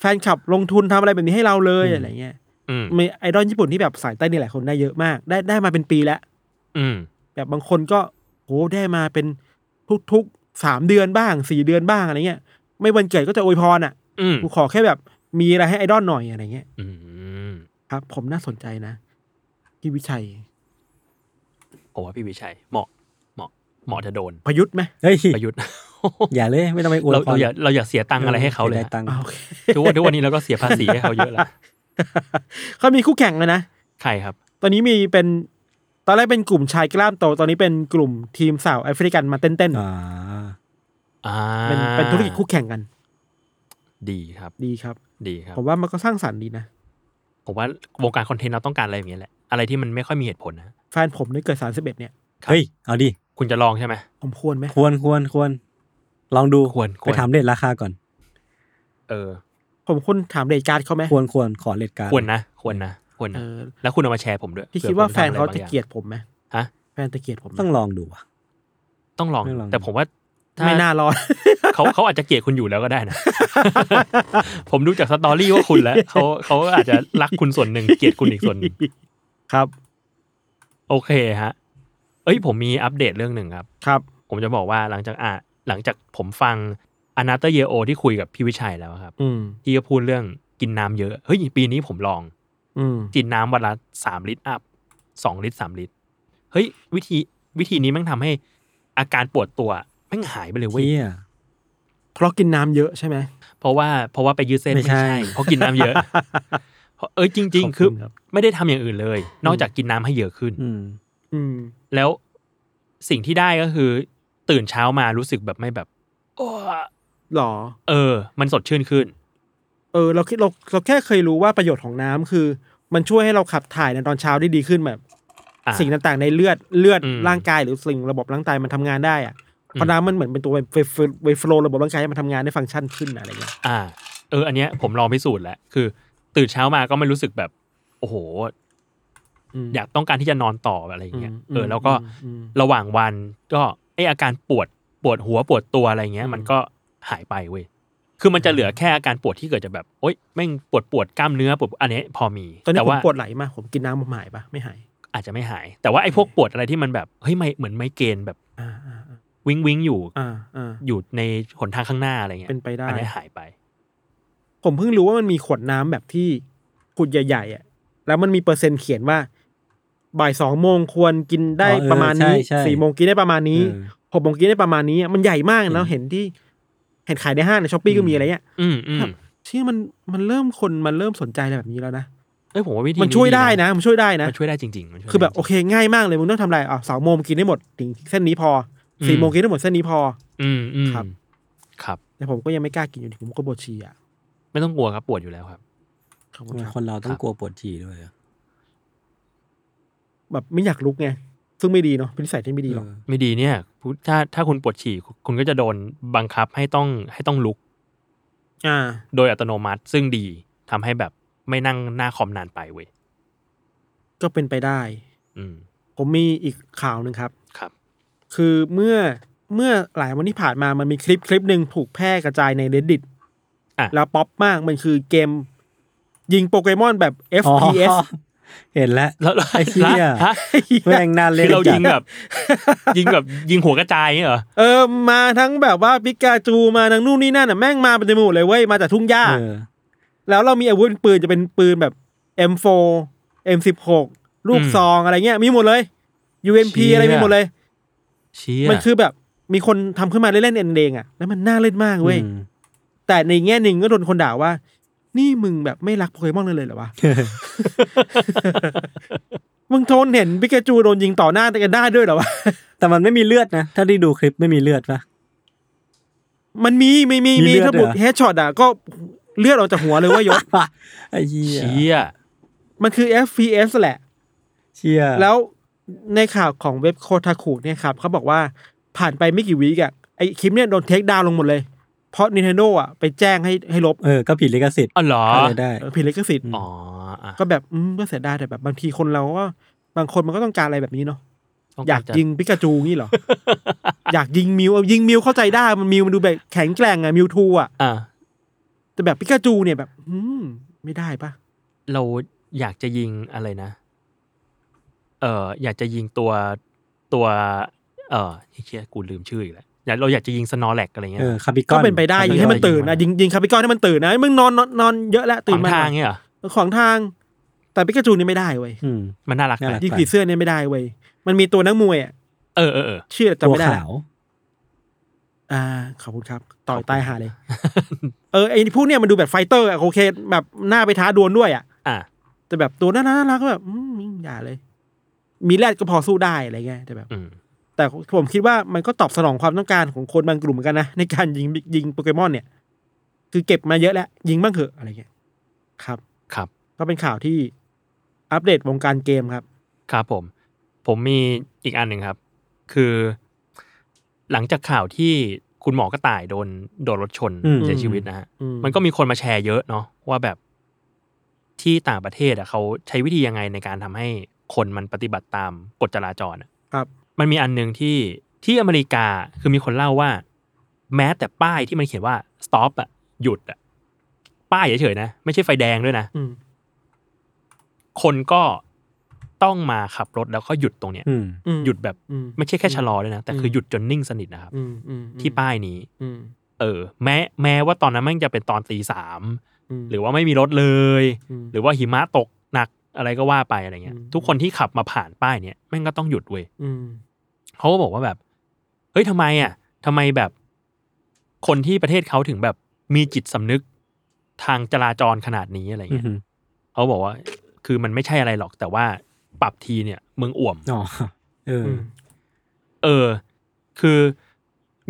Speaker 3: แฟนคลับลงทุนทำอะไรแบบนี้ให้เราเลย
Speaker 2: อืม
Speaker 3: อะไรเงี้ย
Speaker 1: อืม
Speaker 3: มีไอดอลญี่ปุ่นที่แบบสายใต้นี่หลายคนได้เยอะมาก ได้ได้มาเป็นปีแล้ว
Speaker 1: อืม
Speaker 3: แบบบางคนก็โหได้มาเป็น ทุกๆสามเดือนบ้างสี่เดือนบ้างอะไรเงี้ย ไม่วันเกิดก็จะอวยพรอ่ะ
Speaker 1: อืม
Speaker 3: กูขอแค่แบบมีอะไรให้ไอดอลหน่อยอะไรเงี้ย
Speaker 1: อืม
Speaker 3: ครับ ผมน่าสนใจนะพี่วิชัย
Speaker 1: ผมว่าพี่วิชัยเหมาะเหมาะเหมาะจะโดน
Speaker 3: พยุทธ์ไหม
Speaker 2: เฮ้ย
Speaker 1: ประยุทธ์
Speaker 2: อย่าเลยไม่ต้องไปอวย
Speaker 1: เรา
Speaker 2: พร
Speaker 1: เราอย่าเราอย่าเสียตังค์อะไรให้เขาเลย
Speaker 2: สี
Speaker 1: อะ
Speaker 2: ตังค์
Speaker 3: อ้าวโอเค
Speaker 1: ทุกวันทุกวันนี้เราก็เสียภาษีให้เขาเยอะละ
Speaker 3: เขามีคู่แข่งเลยนะ
Speaker 1: ใครครับ
Speaker 3: ตอนนี้มีเป็น ตอนแรกเป็นกลุ่มชายกล้ามโต ตอนนี้เป็นกลุ่มทีมสาวแอฟริกันมาเต้น
Speaker 2: อ่า
Speaker 1: อ่า
Speaker 3: ๆเป็นเป็นธุรกิจคู่แข่งกัน
Speaker 1: ดีครับ
Speaker 3: ดีครับ
Speaker 1: ดีครับ
Speaker 3: ผมว่ามันก็สร้างสรรค์ดีนะ
Speaker 1: ผมว่าวงการคอนเทนต์เราต้องการอะไรอย่างเงี้ยแหละ อะไรที่มันไม่ค่อยมีเหตุผลนะ
Speaker 3: แฟนผมเนี่ยเกิด 31 เนี่ย
Speaker 1: ครับ
Speaker 2: เฮ้ยเอาดิ
Speaker 1: คุณจะลองใช่ไหม
Speaker 3: ผมควรไหม
Speaker 2: ควรควรควร ลองดู
Speaker 1: ควรคว
Speaker 2: ไป
Speaker 1: ร
Speaker 2: ถามเรทราคาก่อน
Speaker 1: เออ
Speaker 3: ผมควรถามเดทการ์ดเขาไหม
Speaker 2: ควรควรขอเรทการด
Speaker 1: ควรนะ ควรนะ ควร
Speaker 3: เอ
Speaker 1: นะ
Speaker 3: อ
Speaker 1: แล้วคุณเอามาแชร์ผมด้วย
Speaker 3: พี่คิดว่าแฟ
Speaker 1: ผื่
Speaker 3: น
Speaker 1: ผม
Speaker 3: เขา
Speaker 1: ทำอไรบ
Speaker 3: จะ
Speaker 1: งอย่ง
Speaker 3: เกลียดผมไหม
Speaker 1: ฮะ
Speaker 3: แฟนจะเกลียดผมไหม
Speaker 2: ต้องลองดูว่ะ
Speaker 1: ต้องลอง
Speaker 2: ไม่ลอง
Speaker 1: แต่ผมว่าถ้
Speaker 3: ไม่น่ารอด
Speaker 1: เขาเขาอาจจะเกลียดคุณอยู่แล้วก็ได้นะ ผมดูจากสตอรี่ว่าคุณแล้วเขาเขาอาจจะรักคุณส่วนหนึ่งเกลียดคุณอีกส่วนหนึ่ง
Speaker 3: ครับ
Speaker 1: โอเคฮะ เอ้ย ผมมีอัปเดตเรื่องหนึ่งครับ
Speaker 3: ครับ
Speaker 1: ผมจะบอกว่าหลังจากอ่ะหลังจากผมฟังอนาเตอร์เยโอที่คุยกับพี่วิชัยแล้วครับ
Speaker 3: อืม
Speaker 1: ที่ก็พูดเรื่องกินน้ำเยอะ เฮ้ย ปีนี้ผมลอง
Speaker 3: อืม
Speaker 1: กินน้ำวันละสามลิตรอัพสองลิตรสามลิตร เฮ้ย วิธีวิธีนี้แม่งทำให้อาการปวดตัวแม่งหายไปเลยเว้ย
Speaker 2: เฮีย
Speaker 3: เพราะกินน้ำเยอะใช่ไหม
Speaker 1: เพราะว่าเพราะว่าไปยืดเส้น
Speaker 2: ไม่
Speaker 1: ไม่
Speaker 2: ใช่
Speaker 1: ใช่เพราะกินน้ำ เยอะ เพราะเอ้ยจริง
Speaker 3: ขอบคุณ
Speaker 1: ๆ คือ
Speaker 3: ครับ
Speaker 1: ไม่ได้ทำอย่างอื่นเลย นอกจากกินน้ำให้เยอะขึ้น
Speaker 2: อืม
Speaker 3: อืม
Speaker 1: แล้วสิ่งที่ได้ก็คือ ตื่นเช้ามารู้สึกแบบไม่แบบ โอ้
Speaker 3: หรอ
Speaker 1: เออ มันสดชื่นขึ้น
Speaker 3: เออ เราคิดเราเราแค่เคยรู้ว่าประโยชน์ของน้ำคือ มันช่วยให้เราขับถ่ายในตอนเช้าได้ดีขึ้นแบบ
Speaker 1: อ่ะ
Speaker 3: สิ่งต่างๆในเลือดเลือด
Speaker 1: อืม
Speaker 3: ร่างกายหรือสิ่งระบบร่างกายมันทำงานได้อะ
Speaker 1: อืม
Speaker 3: เพราะน้ำมันเหมือนเป็นตัวไปไปไปโฟล์ระบบร่างกายให้มันทำงานได้ฟังก์ชันขึ้นอะไรเงี้ย
Speaker 1: อ่า เออ อันเนี้ยผมลองพิสูจน์แล้วคือ ตื่นเช้ามาก็ไม่รู้สึกแบบ โอ้โห
Speaker 3: ม
Speaker 1: อยากต้องการที่จะนอนต่ออะไรอย่างเงี้ย
Speaker 3: อืม
Speaker 1: เออ แล้วก็
Speaker 3: อืมอืม
Speaker 1: ระหว่างวันก็ไออาการปวดปวดหัวปวดตัวอะไรเงี้ย
Speaker 3: อืม
Speaker 1: มันก็หายไปเว้ย คือมันจะเหลือแค่อาการปวดที่เกิดจากแบบ โอ๊ยแม่งปวดปวดกล้ามเนื้อปวดอันนี้พอมี
Speaker 3: ตอนนี้
Speaker 1: แต่
Speaker 3: ผม
Speaker 1: ว่า
Speaker 3: ปวดไหลมากผมกินน้ำผมหายปะไม่หาย
Speaker 1: อาจจะไม่หาย แต่ว่าไอพวกปวดอะไรที่มันแบบเฮ้ยไม่เหมือนไมเกรนแบบ
Speaker 3: อ่าอ่าอ่า
Speaker 1: วิงวิงอยู่
Speaker 3: อ่าอ่า
Speaker 1: อยู่ในหนทางข้างหน้าอะไรเงี้ย
Speaker 3: เป็นไปได้
Speaker 1: อันนี้หายไป
Speaker 3: ผมเพิ่งรู้ว่ามันมีขวดน้ำแบบที่ขวดใหญ่ๆอ่ะแล้วมันมีเปอร์เซ็นต์เขียนว่า บ่ายสองโมงควรกินได้
Speaker 2: อ๋อเออ
Speaker 3: ประมาณนี้
Speaker 2: ใช่ใช่
Speaker 3: สี่โมงกินได้ประมาณนี้
Speaker 2: เออ
Speaker 3: หกโมงกินได้ประมาณนี้อะมันใหญ่มากแล้วเห็นที่เห็นขายในห้างในช้อปปี้ก็มีอะไรเงี้ย
Speaker 1: อืมอืม
Speaker 3: ครับ เชื่อมันมันเริ่มคนมันเริ่มสนใจอะไรแบบนี้แล้วนะ
Speaker 1: เอ้ยผมว่าวิธี
Speaker 3: มันช่วยได้นะ มันช่วยได้นะ
Speaker 1: มันช่วยได้จริงๆมันช่วยได้
Speaker 3: คือแบบ
Speaker 1: จริงๆ
Speaker 3: โอเคง่ายมากเลยมึงต้องทำอะไรอ่ะสองโมงกินได้หมดถึงเส้นนี้พออ
Speaker 1: ม
Speaker 3: สี่โมงกินได้หมดเส้นนี้พอ
Speaker 1: อืมอืม
Speaker 3: ครับ
Speaker 1: ครับ
Speaker 3: แต่ผมก็ยังไม่กล้ากินอยู่ดีผมก็ปวดฉี่อ่ะ
Speaker 1: ไม่ต้องกลัวครับปวดอยู่แล้วครับ
Speaker 3: ขอบคุณครับ
Speaker 2: คนเราต้อง
Speaker 1: ครับ
Speaker 2: กลัวปวดฉี่ด้วยเหรอ
Speaker 3: แบบไม่อยากลุกไงซึ่งไม่ดีเนาะเป็นนิสัยที่ไม่ดีหรอก
Speaker 2: เออ
Speaker 1: ไม่ดีเนี่ยผู้ถ้าถ้าคุณปวดฉี่คุณคุณก็จะโดนบังคับให้ต้องให้ต้องลุก
Speaker 3: อ่า
Speaker 1: โดยอัตโนมัติซึ่งดีทำให้แบบไม่นั่งหน้าคอมนานไปเว้ย
Speaker 3: ก็เป็นไปได้
Speaker 1: อืม
Speaker 3: ผมมีอีกข่าวหนึ่งครับ
Speaker 1: ครับ
Speaker 3: คือเมื่อเมื่อหลายวันที่ผ่านมามันมีคลิปคลิปหนึ่งถูกแพร่กระจายใน reddit
Speaker 1: อ่ะ
Speaker 3: แล้วป๊อปมากมันคือเกม ยิงโปเกมอนแบบ
Speaker 2: อ๋อ
Speaker 3: FPS
Speaker 2: เห็นแล้ว
Speaker 1: แล้ว
Speaker 2: ไอ้เหี้ย
Speaker 1: แล้วฮะ
Speaker 2: แม่งน่าเล่
Speaker 1: คื
Speaker 2: น
Speaker 1: อเรา
Speaker 2: จั
Speaker 1: ยิ
Speaker 2: ด
Speaker 1: งแบบ ยิงแบบยิงหัวกระจายเนี่ยเหรอ
Speaker 3: เออมาทั้งแบบว่าปิกาจูมาทั้งนู่นนี่นั่นน่ะแม่งมาเป็นจมูกเลยเว้ย มาจากทุ่งหญ้า
Speaker 2: เออ
Speaker 3: แล้วเรามีอาวุธปืนจะเป็นปืนแบบ M4 M16 ลูก
Speaker 1: อืม
Speaker 3: ซองอะไรเงี้ย มีหมดเลย UMP
Speaker 2: เชี่ย
Speaker 3: อะไรมีหมดเลย
Speaker 1: เชี่ย
Speaker 3: มันคือแบบมีคนทำขึ้นมาเล่นๆเองเองๆอ่ะแล้วมันน่าเล่นมากเว้ย
Speaker 2: อืม
Speaker 3: แต่ในแง่หนึ่งก็โดนคนด่าว่า นี่มึงแบบไม่รักโปเกมอนเลยเลยเหรอ วะ มึงทนเห็นปิกาจูโดนยิงต่อหน้ากันได้ด้วยเหรอวะ
Speaker 2: แต่มันไม่มีเลือดนะ ถ้าได้ดูคลิปไม่มีเลือดปะ
Speaker 3: มันมีมีมี
Speaker 2: มี
Speaker 3: มี
Speaker 2: เลือด
Speaker 3: ถ้าบุก
Speaker 2: เหรอ
Speaker 3: เฮดช็อตอ่ะก็เลือดออกจากหัวเลย เว่ายศ
Speaker 2: ไอ้เชี่ย
Speaker 1: เชี่ย
Speaker 3: มันคือ FPS แหละ
Speaker 2: เชี่ย
Speaker 3: แล้วในข่าวของเว็บโคทาคุเนี่ยครับเขาบอกว่าผ่านไปไม่กี่วีกอ่ะไอคลิปเนี่ยโดนเทคดาวน์ลงหมดเลย เพราะ Nintendo อ่ะไปแจ้งให้ให้ลบ
Speaker 2: เออ ก็ผิดลิขสิทธิ์
Speaker 1: อ๋อเหรอ
Speaker 2: ก็เลยได้
Speaker 3: เออผิดลิขสิทธิ์
Speaker 1: อ๋ออ่ะ
Speaker 3: ก็แบบอืมก็เสียดายแต่แบบบางทีคนเราก็บางคนมันก็ต้องการอะไรแบบนี้เนาะ
Speaker 1: ต้
Speaker 3: อยาก
Speaker 1: จะ
Speaker 3: ยิงปิกาจู งี้เหรอ อยากยิงมิวเอายิงมิวเข้าใจได้มันมิวมันดูแบบแข็งแกร่งอะมิวทูอะ
Speaker 1: อ่ะ
Speaker 3: แต่แบบปิกาจูเนี่ยแบบ อืมไม่ได้ปะ
Speaker 1: เราอยากจะยิงอะไรนะ เอออยากจะยิงตัวตัว เออเชี่ยกูลืมชื่ออีกแล้ว อยากเราอยากจะยิงสนอแลกอะไรเงี้ย
Speaker 2: เออคาบิก
Speaker 3: ก็
Speaker 2: อน
Speaker 3: เป็นไปได้ยิงให้มันตื่นนะยิงยิงคาปิกอนให้มันตื่นนะมึงนอนนอนนอนเยอะแล้ว
Speaker 1: ข
Speaker 3: ตื่น
Speaker 1: วาง
Speaker 3: มา
Speaker 1: ทางเงี้ยเหรอ
Speaker 3: ขวางทาง แต่ปิกาจูนี่ไม่ได้เว้ย
Speaker 2: อืม
Speaker 1: มันน่ารัก
Speaker 2: น่ารั
Speaker 1: นะ
Speaker 2: ก
Speaker 3: ยิงผีเสื้อเนี่ยไม่ได้เว้ยมันมีตัวนักมวยอะ
Speaker 1: เออเออเออ
Speaker 3: ชื่อจำ
Speaker 2: ตัว
Speaker 3: ไม่ได้
Speaker 2: ขาว
Speaker 3: อ่าขอบคุณครับ ต่อยตายหาเลย เออไอ้พวกเนี่ยมันดูแบบไฟเตอร์อะโอเค แบบหน้าไปท้าดวลด้วยอะ
Speaker 1: อ่ะ
Speaker 3: แต่แบบตัวน่ารักๆก็แบบอืมอย่าเลย มีแรดก็พอสู้ได้อะไรเงี้ยแต่แบบ
Speaker 1: อืม
Speaker 3: แต่ผมคิดว่ามันก็ตอบสนองความต้องการของคนบางกลุ่มเหมือนกันนะ ในการยิงยิงโปเกมอนเนี่ย คือเก็บมาเยอะแล้ว ยิงบ้างเถอะอะไรเงี้ยครับ
Speaker 1: ครับ
Speaker 3: ก็เป็นข่าวที่อัปเดตวงการเกมครับ
Speaker 1: ครับผม ผมมีอีกอันหนึ่งครับ คือ หลังจากข่าวที่คุณหมอกระต่ายโดนโดนรถชน
Speaker 2: อืม
Speaker 1: เสียชีวิตนะฮะ
Speaker 3: อืม
Speaker 1: มันก็มีคนมาแชร์เยอะเนาะว่าแบบที่ต่างประเทศอะเขาใช้วิธียังไงในการทำให้คนมันปฏิบัติตามกฎจราจรอะ
Speaker 3: ครับ
Speaker 1: มันมีอันหนึ่งที่ที่อเมริกาคือมีคนเล่าว่า แม้แต่ป้ายที่มันเขียนว่า stop อะหยุดอะป้ายเฉยๆนะ ไม่ใช่ไฟแดงด้วยนะ
Speaker 3: อืม
Speaker 1: คนก็ต้องมาขับรถแล้วก็หยุดตรงเนี้ย
Speaker 2: อืม
Speaker 3: อืม
Speaker 1: หยุดแบบ
Speaker 3: อืม
Speaker 1: ไม่ใช่แค่ชะลอด้วยนะ แต่คืออ
Speaker 3: ม
Speaker 1: หยุดจนนิ่งสนิทนะครับ
Speaker 3: อืมอืมอืม
Speaker 1: ที่ป้ายนี้
Speaker 3: อืม
Speaker 1: เออ แม้แม้ว่าตอนนั้นมันจะเป็นตอนตีสาม
Speaker 3: ม
Speaker 1: หรือว่าไม่มีรถเลย
Speaker 3: ม
Speaker 1: หรือว่าหิมะตกหนักอะไรก็ว่าไปอะไรเงี้ย
Speaker 3: อืม
Speaker 1: ทุกคนที่ขับมาผ่านป้ายเนี้ยแม่งก็ต้องหยุดเว้ย
Speaker 3: อืม
Speaker 1: เขาก็บอกว่าแบบ เฮ้ยทำไมอ่ะทำไมแบบ คนที่ประเทศเขาถึงแบบมีจิตสำนึกทางจราจรขนาดนี้อะไร
Speaker 2: อื
Speaker 1: เงี้ย
Speaker 2: ม
Speaker 1: เขาบอกว่า คือมันไม่ใช่อะไรหรอก แต่ว่าปรับทีเนี่ยมึงอ่วม
Speaker 2: อ๋อเอออ
Speaker 1: เออ คือ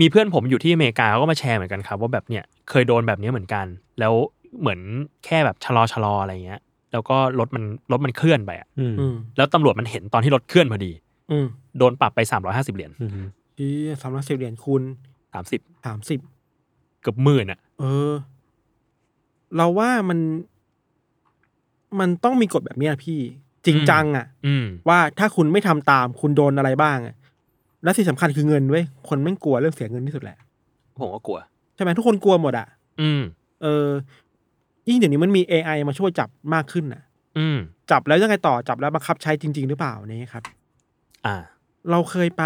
Speaker 1: มีเพื่อนผมอยู่ที่อเมริกาเขาก็มาแชร์เหมือนกันครับ ว่าแบบเนี่ยเคยโดนแบบเนี้ยเหมือนกัน แล้วเหมือนแค่แบบชะลอชะลออะไรเงี้ย แล้วก็รถมันรถมันเคลื่อนไปอ่ะ
Speaker 2: อืม
Speaker 3: อืม
Speaker 1: แล้วตำรวจมันเห็นตอนที่รถเคลื่อนพอดี
Speaker 3: อืม
Speaker 1: โดนปรับไปสามร้อยห้าสิบเหรียญ
Speaker 2: อืม
Speaker 3: อีสามร้อยสิบเหรียญคูณ
Speaker 1: สามสิบ
Speaker 3: สามสิบ
Speaker 1: เกือบหมื่นอ่ะ
Speaker 3: เออ เราว่ามัน มันต้องมีกฎแบบเนี้ยพี่ จริงจังอ่ะ
Speaker 1: อืม
Speaker 3: ว่าถ้าคุณไม่ทำตามคุณโดนอะไรบ้างอ่ะและสิ่งสำคัญคือเงินเว้ยคนไม่งกลัวเรื่องเสียเงินที่สุดแหละ
Speaker 1: ผมก็กลัว
Speaker 3: ใช่ไหมทุกคนกลัวหมดอ่ะ
Speaker 1: อืม
Speaker 3: เออยิ่งเดี๋ยวนี้มันมี AI มาช่วยจับมากขึ้นน่ะ
Speaker 1: อืม
Speaker 3: จับแล้วยังไงต่อจับแล้วบังคับใช้จริง ๆ หรือเปล่าเนี่ยครับ
Speaker 1: อ่า
Speaker 3: เราเคยไป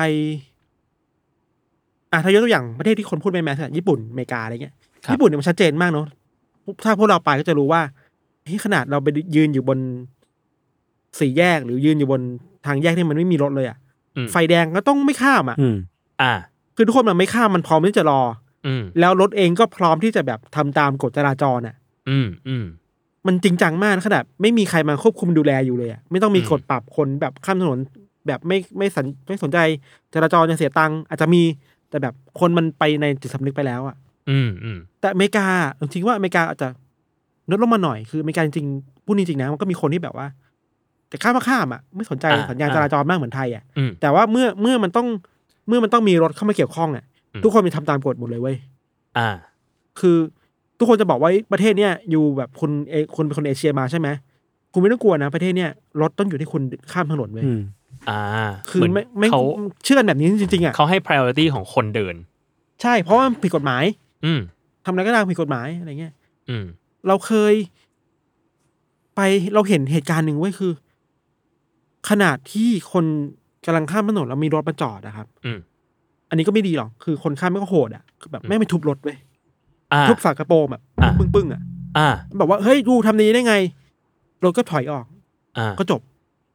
Speaker 3: อ่ะถ้ายกตัวอย่างประเทศที่คนพูดแมสๆอะญี่ปุ่นอเมริกาอะไรเงี้ย
Speaker 1: ครับ
Speaker 3: ญี่ปุ่นเนี่ยมันชัดเจนมากเนอะถ้าพวกเราไปก็จะรู้ว่าเฮ้ยขนาดเราไปยืนอยู่บนสี่แยก หรือยืนอยู่บนทางแยกที่มันไม่มีรถเลยอ่ะ
Speaker 1: อืม
Speaker 3: ไฟแดงก็ต้องไม่ข้ามอ่ะ
Speaker 2: อืม
Speaker 1: อ่า
Speaker 3: คือทุกคนมันไม่ข้ามมันพร้อมที่จะรอ
Speaker 1: อืม
Speaker 3: แล้วรถเองก็พร้อมที่จะแบบทำตามกฎจราจรอ่ะ
Speaker 1: อืม อืม
Speaker 3: มันจริงจังมากนะขนาดไม่มีใครมาควบคุมดูแลอยู่เลยอ่ะไม่ต้องมี
Speaker 1: อืม
Speaker 3: กฎปรับคนแบบข้ามถนน แบบไม่ไม่สนไม่สนใจจราจรจะเสียตังค์อาจจะมีแต่แบบคนมันไปในจิตสำนึกไปแล้วอ่ะ
Speaker 1: อืม อืม
Speaker 3: แต่อเมริกาจริงๆว่าอเมริกาอาจจะลดลงมาหน่อยคืออเมริกาจริงๆพูดจริงๆนะมันก็มีคนที่แบบว่า แต่ข้ามมาข้ามอ่ะไม่สนใจ
Speaker 1: อ่า
Speaker 3: สัญญาณ
Speaker 1: อ่า
Speaker 3: จราจรมากเหมือนไทยอ่ะ
Speaker 1: อืม
Speaker 3: แต่ว่าเมื่อเมื่อมันต้องเมื่อมันต้องมีรถเข้ามาเกี่ยวข้องอ่ะ
Speaker 1: อืม
Speaker 3: ทุกคนมันทำตามกฎหมดเลยเว้ย
Speaker 1: อ่า
Speaker 3: คือทุกคนจะบอกว่าประเทศเนี้ยอยู่แบบคนเอคนเป็นคนเอเชียมาใช่ไหมคุณไม่ต้องกลัวนะประเทศเนี้ยรถต้องอยู่ที่คุณข้ามถนนเว้ย
Speaker 2: อืม
Speaker 1: อ่า
Speaker 3: คือ
Speaker 1: เหน
Speaker 3: ไม่ไม่
Speaker 1: เขา
Speaker 3: เชื่อกันแบบนี้จริงๆอ่ะ
Speaker 1: เขาให้ priority ของคนเดิน
Speaker 3: ใช่เพราะว่ามันผิดกฎหมาย
Speaker 1: อืม
Speaker 3: ทำอะไรก็ตามผิดกฎหมายอะไรเงี้ย
Speaker 1: อืม
Speaker 3: เราเคย ไปเราเห็นเหตุการณ์หนึ่งเว้ยคือ ขนาดที่คนกำลังข้ามถนนแล้วมีรถมาจอดนะครับ
Speaker 1: อืม
Speaker 3: อันนี้ก็ไม่ดีหรอกคือคนข้ามไม่ก็โหดอ่ะคือแบบไม่งไปทุบรถเว้ย
Speaker 1: อ่า
Speaker 3: ทุบฝากระโปรงแบบ
Speaker 1: อ่ะ
Speaker 3: ปึ้งๆึ้งอ่ะ
Speaker 1: อ่า
Speaker 3: บอกว่าเฮ้ยกูทำนี้ได้ไงรถก็ถอยออก
Speaker 1: อ่า
Speaker 3: ก็จบ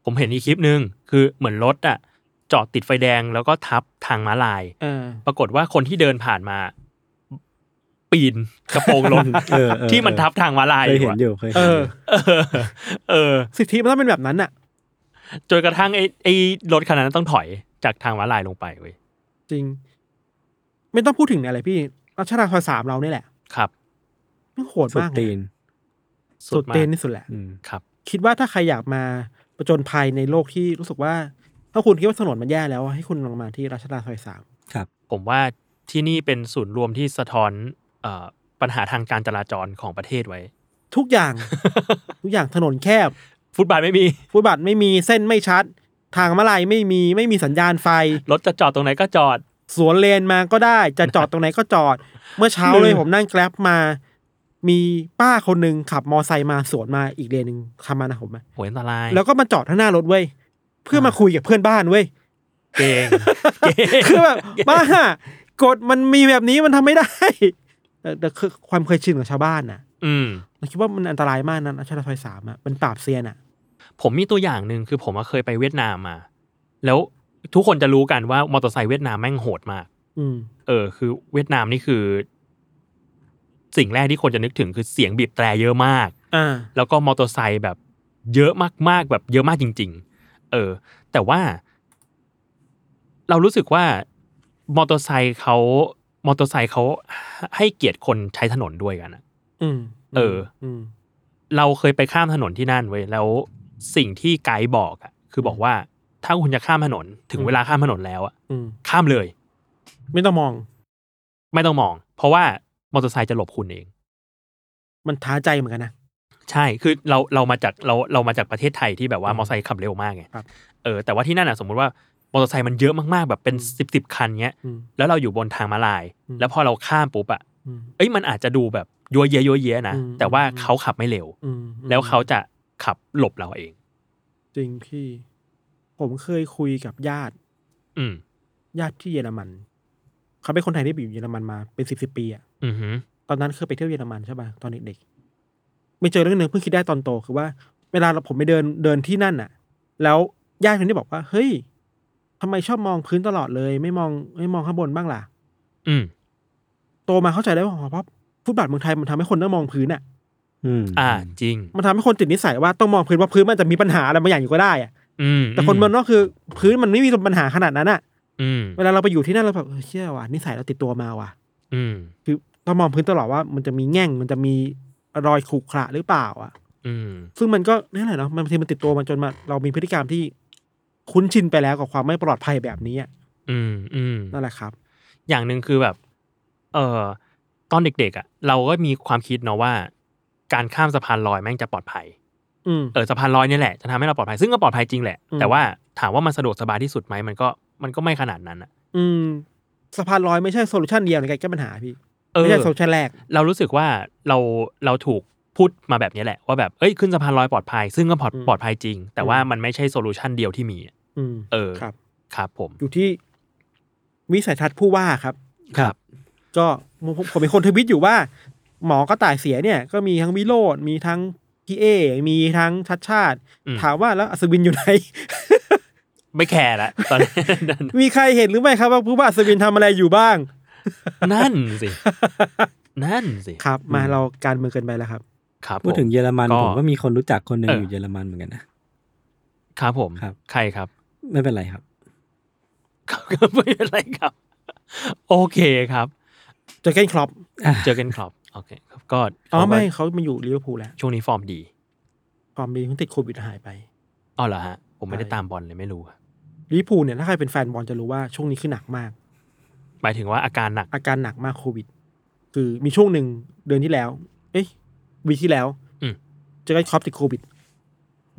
Speaker 1: ผมเห็นอีกคลิปหนึ่งคือเหมือนรถอ่ะ จอดติดไฟแดงแล้วก็ทับทางม้าลาย
Speaker 3: เออ
Speaker 1: ปรากฏว่าคนที่เดินผ่านมา ปีนกระโปรงรถ
Speaker 2: เออเออ
Speaker 1: ที่มันทับทางม้าลาย
Speaker 2: เคย
Speaker 1: อ
Speaker 2: เห็
Speaker 1: ยู่
Speaker 2: น
Speaker 1: อะ
Speaker 2: อยู่เคย
Speaker 3: เอ
Speaker 2: เห็นอ
Speaker 3: อ
Speaker 2: ยู่
Speaker 1: เออ เออ
Speaker 3: สิทธิมันต้องเป็นแบบนั้นน่ะ
Speaker 1: จนกระทั่งไอ้ไอ้รถคันนั้นต้องถอยจากทางม้าลายลงไปเว้ย
Speaker 3: จริง ไม่ต้องพูดถึงอะไรพี่รัชดาซอยสามเราเนี่ยแหละ
Speaker 1: ครับ
Speaker 3: มันโหด
Speaker 2: สุด
Speaker 3: มากเลย
Speaker 2: ตีน
Speaker 3: สุดเตน
Speaker 1: มาก
Speaker 3: ที่สุดแหละ
Speaker 2: อืม
Speaker 1: ครับ
Speaker 3: คิดว่าถ้าใครอยากมาประจนภัยในโลกที่รู้สึกว่า ถ้าคุณคิดว่าถนนมันแย่แล้วอะให้คุณลองมาที่รัชดาซอยสาม
Speaker 1: ผมว่าที่นี่เป็นศูนย์รวมที่สะท้อนเอ่อปัญหาทางการจราจรของประเทศไว้
Speaker 3: ทุกอย่าง ทุกอย่างถนนแคบ
Speaker 1: ฟุตบาทไม่มี
Speaker 3: ฟุตบาทไม่มีเส้นไม่ชัด ทางมาลายไม่มีไม่มีสัญญาณไฟ
Speaker 1: รถจะจอดตรงไหนก็จอด
Speaker 3: สวนเลนมาก็ได้ จะจอดตรงไหนก็จ อด เมื่อเช้า
Speaker 1: หนึ่
Speaker 3: เลย
Speaker 1: ง
Speaker 3: ผมนั่งแกร็บมา มีป้าคนหนึ่งขับมอไซค์มาสวนมาอีกเลนหนึ่งขับมานะผมอะ
Speaker 1: โหยอันตราย
Speaker 3: แล้วก็มาจอดข้างหน้ารถเว้ยเพื่อมาคุยกับเพื่อนบ้านเว้ย
Speaker 1: เก่ง
Speaker 3: คือแบบบ้า กฎมันมีแบบนี้มันทำไม่ได้ แต่แต่คือความเคยชินของชาวบ้านน่ะ
Speaker 1: อืม
Speaker 3: เราคิดว่ามันอันตรายมากนะอัชราซอยสามอ่ะมันปราบเซียนอ่ะ
Speaker 1: ผมมีตัวอย่างหนึ่งคือผมอะเคยไปเวียดนามมา แล้วทุกคนจะรู้กันว่ามอเตอร์ไซค์เวียดนามแม่งโหดมาก
Speaker 3: อืม
Speaker 1: เออ คือเวียดนามนี่คือ สิ่งแรกที่คนจะนึกถึงคือเสียงบีบแตรเยอะมาก
Speaker 3: อ่า
Speaker 1: แล้วก็มอเตอร์ไซค์แบบเยอะมากๆแบบเยอะมากจริง ๆ เออ แต่ว่า เรารู้สึกว่ามอเตอร์ไซค์เขามอเตอร์ไซค์เขาให้เกียรติคนใช้ถนนด้วยกันอะ
Speaker 3: อืม
Speaker 1: เออ
Speaker 3: ม
Speaker 1: เราเคยไปข้ามถนนที่นั่นเว้ยแล้วสิ่งที่ไกด์บอกอะคือบอกว่าถ้าคุณจะข้ามถนนถึงเวลาข้ามถนนแล้วอะ
Speaker 3: อืม
Speaker 1: ข้ามเลย
Speaker 3: ไม่ต้องมอง
Speaker 1: ไม่ต้องมอง เพราะว่ามอเตอร์ไซค์จะหลบคุณเอง
Speaker 3: มันท้าใจเหมือนกันนะ
Speaker 1: ใช่คือเราเรามาจากเราเรามาจากประเทศไทยที่แบบว่ามอเตอร์ไซค์ขับเร็วมากไง
Speaker 3: ครับ
Speaker 1: เออแต่ว่าที่นั่นอะสมมุติว่ามอเตอร์ไซค์มันเยอะมากๆแบบเป็น
Speaker 3: อืม
Speaker 1: สิบสิบคันเงี้ย
Speaker 3: อืม
Speaker 1: แล้วเราอยู่บนทางมาลาย
Speaker 3: อืม
Speaker 1: แล้วพอเราข้ามปุ๊บอะ
Speaker 3: อืม
Speaker 1: เอ้ยมันอาจจะดูแบบยัวเยยยัวเยยนะ
Speaker 3: อืม
Speaker 1: แต่ว่า
Speaker 3: อืม
Speaker 1: เขาขับไม่เร็ว
Speaker 3: อืม
Speaker 1: แล้วเขาจะขับหลบเราเอง
Speaker 3: จริงพี่ ผมเคยคุยกับญาติ
Speaker 1: อืม
Speaker 3: ญาติที่เยอรมัน เขาเป็นคนไทยที่อยู่เยอรมันมาเป็นสิบสิบปีอะ
Speaker 1: อือหือ
Speaker 3: ตอนนั้นเคยไปเที่ยวเยอรมันใช่ป่ะตอนเด็กๆไม่เจอเรื่องหนึ่งเพิ่งคิดได้ตอนโตคือว่า เวลาเราผมไปเดินเดินที่นั่นอะแล้วญาติคนนี้บอกว่า เฮ้ยทำไมชอบมองพื้นตลอดเลย ไม่มองไม่มองข้างบนบ้างล่ะ
Speaker 1: อืม
Speaker 3: โตมาเข้าใจได้ว่าอ๋อเพราะฟุตบาทเมืองไทยมันทำให้คนต้องมองพื้นอะ
Speaker 2: อืม
Speaker 1: อ่าจริง
Speaker 3: มันทำให้คนติดนิสัยว่าต้องมองพื้นว่าพื้นมันจะมีปัญหาอะไรบางอย่างอยู่ก็ได้อะ
Speaker 1: อืม
Speaker 3: แต่คนเมืองนอกคือ พื้นมันไม่มีปัญหาขนาดนั้นอะ
Speaker 1: อืม
Speaker 3: เวลาเราไปอยู่ที่นั่นเราแบบเออเชื่อว่ะนิสัยเราติดตัวมาว่ะ
Speaker 1: อืม
Speaker 3: คือต้องมองพื้นตลอดว่ามันจะมีแง่งมันจะมีรอยขรุขระหรือเปล่าอ่ะ
Speaker 1: อืม
Speaker 3: ซึ่งมันก็นั่นแหละเนาะมันบางทีมันติดตัวมันจนมาเรามีพฤติกรรมที่คุ้นชินไปแล้วกับความไม่ปลอดภัยแบบนี้อะ
Speaker 1: อืมอืม
Speaker 3: นั่นแหละครับ
Speaker 1: อย่างหนึ่งคือแบบ เอ่อ ตอนเด็ก ๆ อ่ะ เราก็มีความคิดเนาะว่า การข้ามสะพานลอยแม่งจะปลอดภัย
Speaker 3: อืม
Speaker 1: เออสะพานลอยเนี่ยแหละจะทำให้เราปลอดภัย ซึ่งก็ปลอดภัยจริงแหละ
Speaker 3: อืม
Speaker 1: แต่ว่าถามว่ามันสะดวกสบายที่สุดไหมมันก็มันก็ไม่ขนาดนั้นอ่ะ
Speaker 3: อืมสะพานลอยไม่ใช่โซลูชันเดียวในการแก้ปัญหาพี่
Speaker 1: เออ
Speaker 3: ไม่ใช่โซลูชันแรก
Speaker 1: เรารู้สึกว่าเราเราถูกพูดมาแบบนี้แหละ ว่าแบบเอ้ยขึ้นสะพานลอยปลอดภัย ซึ่งก็ปลอด
Speaker 3: อืม
Speaker 1: ปลอดภัยจริง แต่ว่า
Speaker 3: อืม
Speaker 1: มันไม่ใช่โซลูชันเดียวที่มีอะ
Speaker 3: อืม
Speaker 1: เออ
Speaker 3: ครับ
Speaker 1: ครับผม
Speaker 3: อยู่ที่วิสัยทัศน์ผู้ว่าครับ
Speaker 1: ครับ
Speaker 3: ก็ผมผมผมเป็นคนทวิตอยู่ว่า หมอกระต่ายเสียเนี่ย ก็มีทั้งวิโรดมีทั้งพี่เอ มีทั้งชัดชาติ
Speaker 1: อืม
Speaker 3: ถามว่าแล้วอัศวินอยู่ ไหน
Speaker 1: ไม่แคร์ละตอนนั้น
Speaker 3: มีใครเห็นหรือไม่ครับว่าผู้ว่าอัศวินทำอะไรอยู่บ้าง
Speaker 1: นั่นสิ นั่นสิ
Speaker 3: ครับ มาเราการเมืองเกินไปแล้วครับ
Speaker 1: ครับ
Speaker 2: พูดถึง
Speaker 1: ผม
Speaker 2: เยอรมัน
Speaker 1: ก็
Speaker 2: ผมก็มีคนรู้จักคนหนึ่ง
Speaker 1: เออ
Speaker 2: อ
Speaker 1: อ
Speaker 2: ยู่เยอรมันเหมือนกันนะ
Speaker 1: ครับผม
Speaker 2: ครับ
Speaker 1: ใครครับ
Speaker 2: ไม่เป็นไรครับ
Speaker 1: ไม่เป็นไรครับ โอเคครับ
Speaker 3: เจอเกนครอป
Speaker 1: เจอกันครับโอเคครับก็
Speaker 3: อ๋อ
Speaker 1: เขาก็
Speaker 3: ไม่เขามาอยู่ลิเวอร์พูลแล้ว
Speaker 1: ช่วงนี้ฟอร์มดี
Speaker 3: ความดีเพิ่งติดโควิดหายไป
Speaker 1: อ๋อเหรอฮะ ผมไม่ได้ตามบอลเลยไม่รู้อะ
Speaker 3: ลิเวอร์พูลเนี่ยถ้าใครเป็นแฟนบอลจะรู้ว่าช่วงนี้คือหนักมาก
Speaker 1: หมายถึงว่าอาการหนัก
Speaker 3: อาการหนักมากโควิด คือมีช่วงหนึ่งเดือนที่แล้ว เอ้ยวีคที่แล้ว
Speaker 1: อืม
Speaker 3: เจอเกนครอปติดโควิด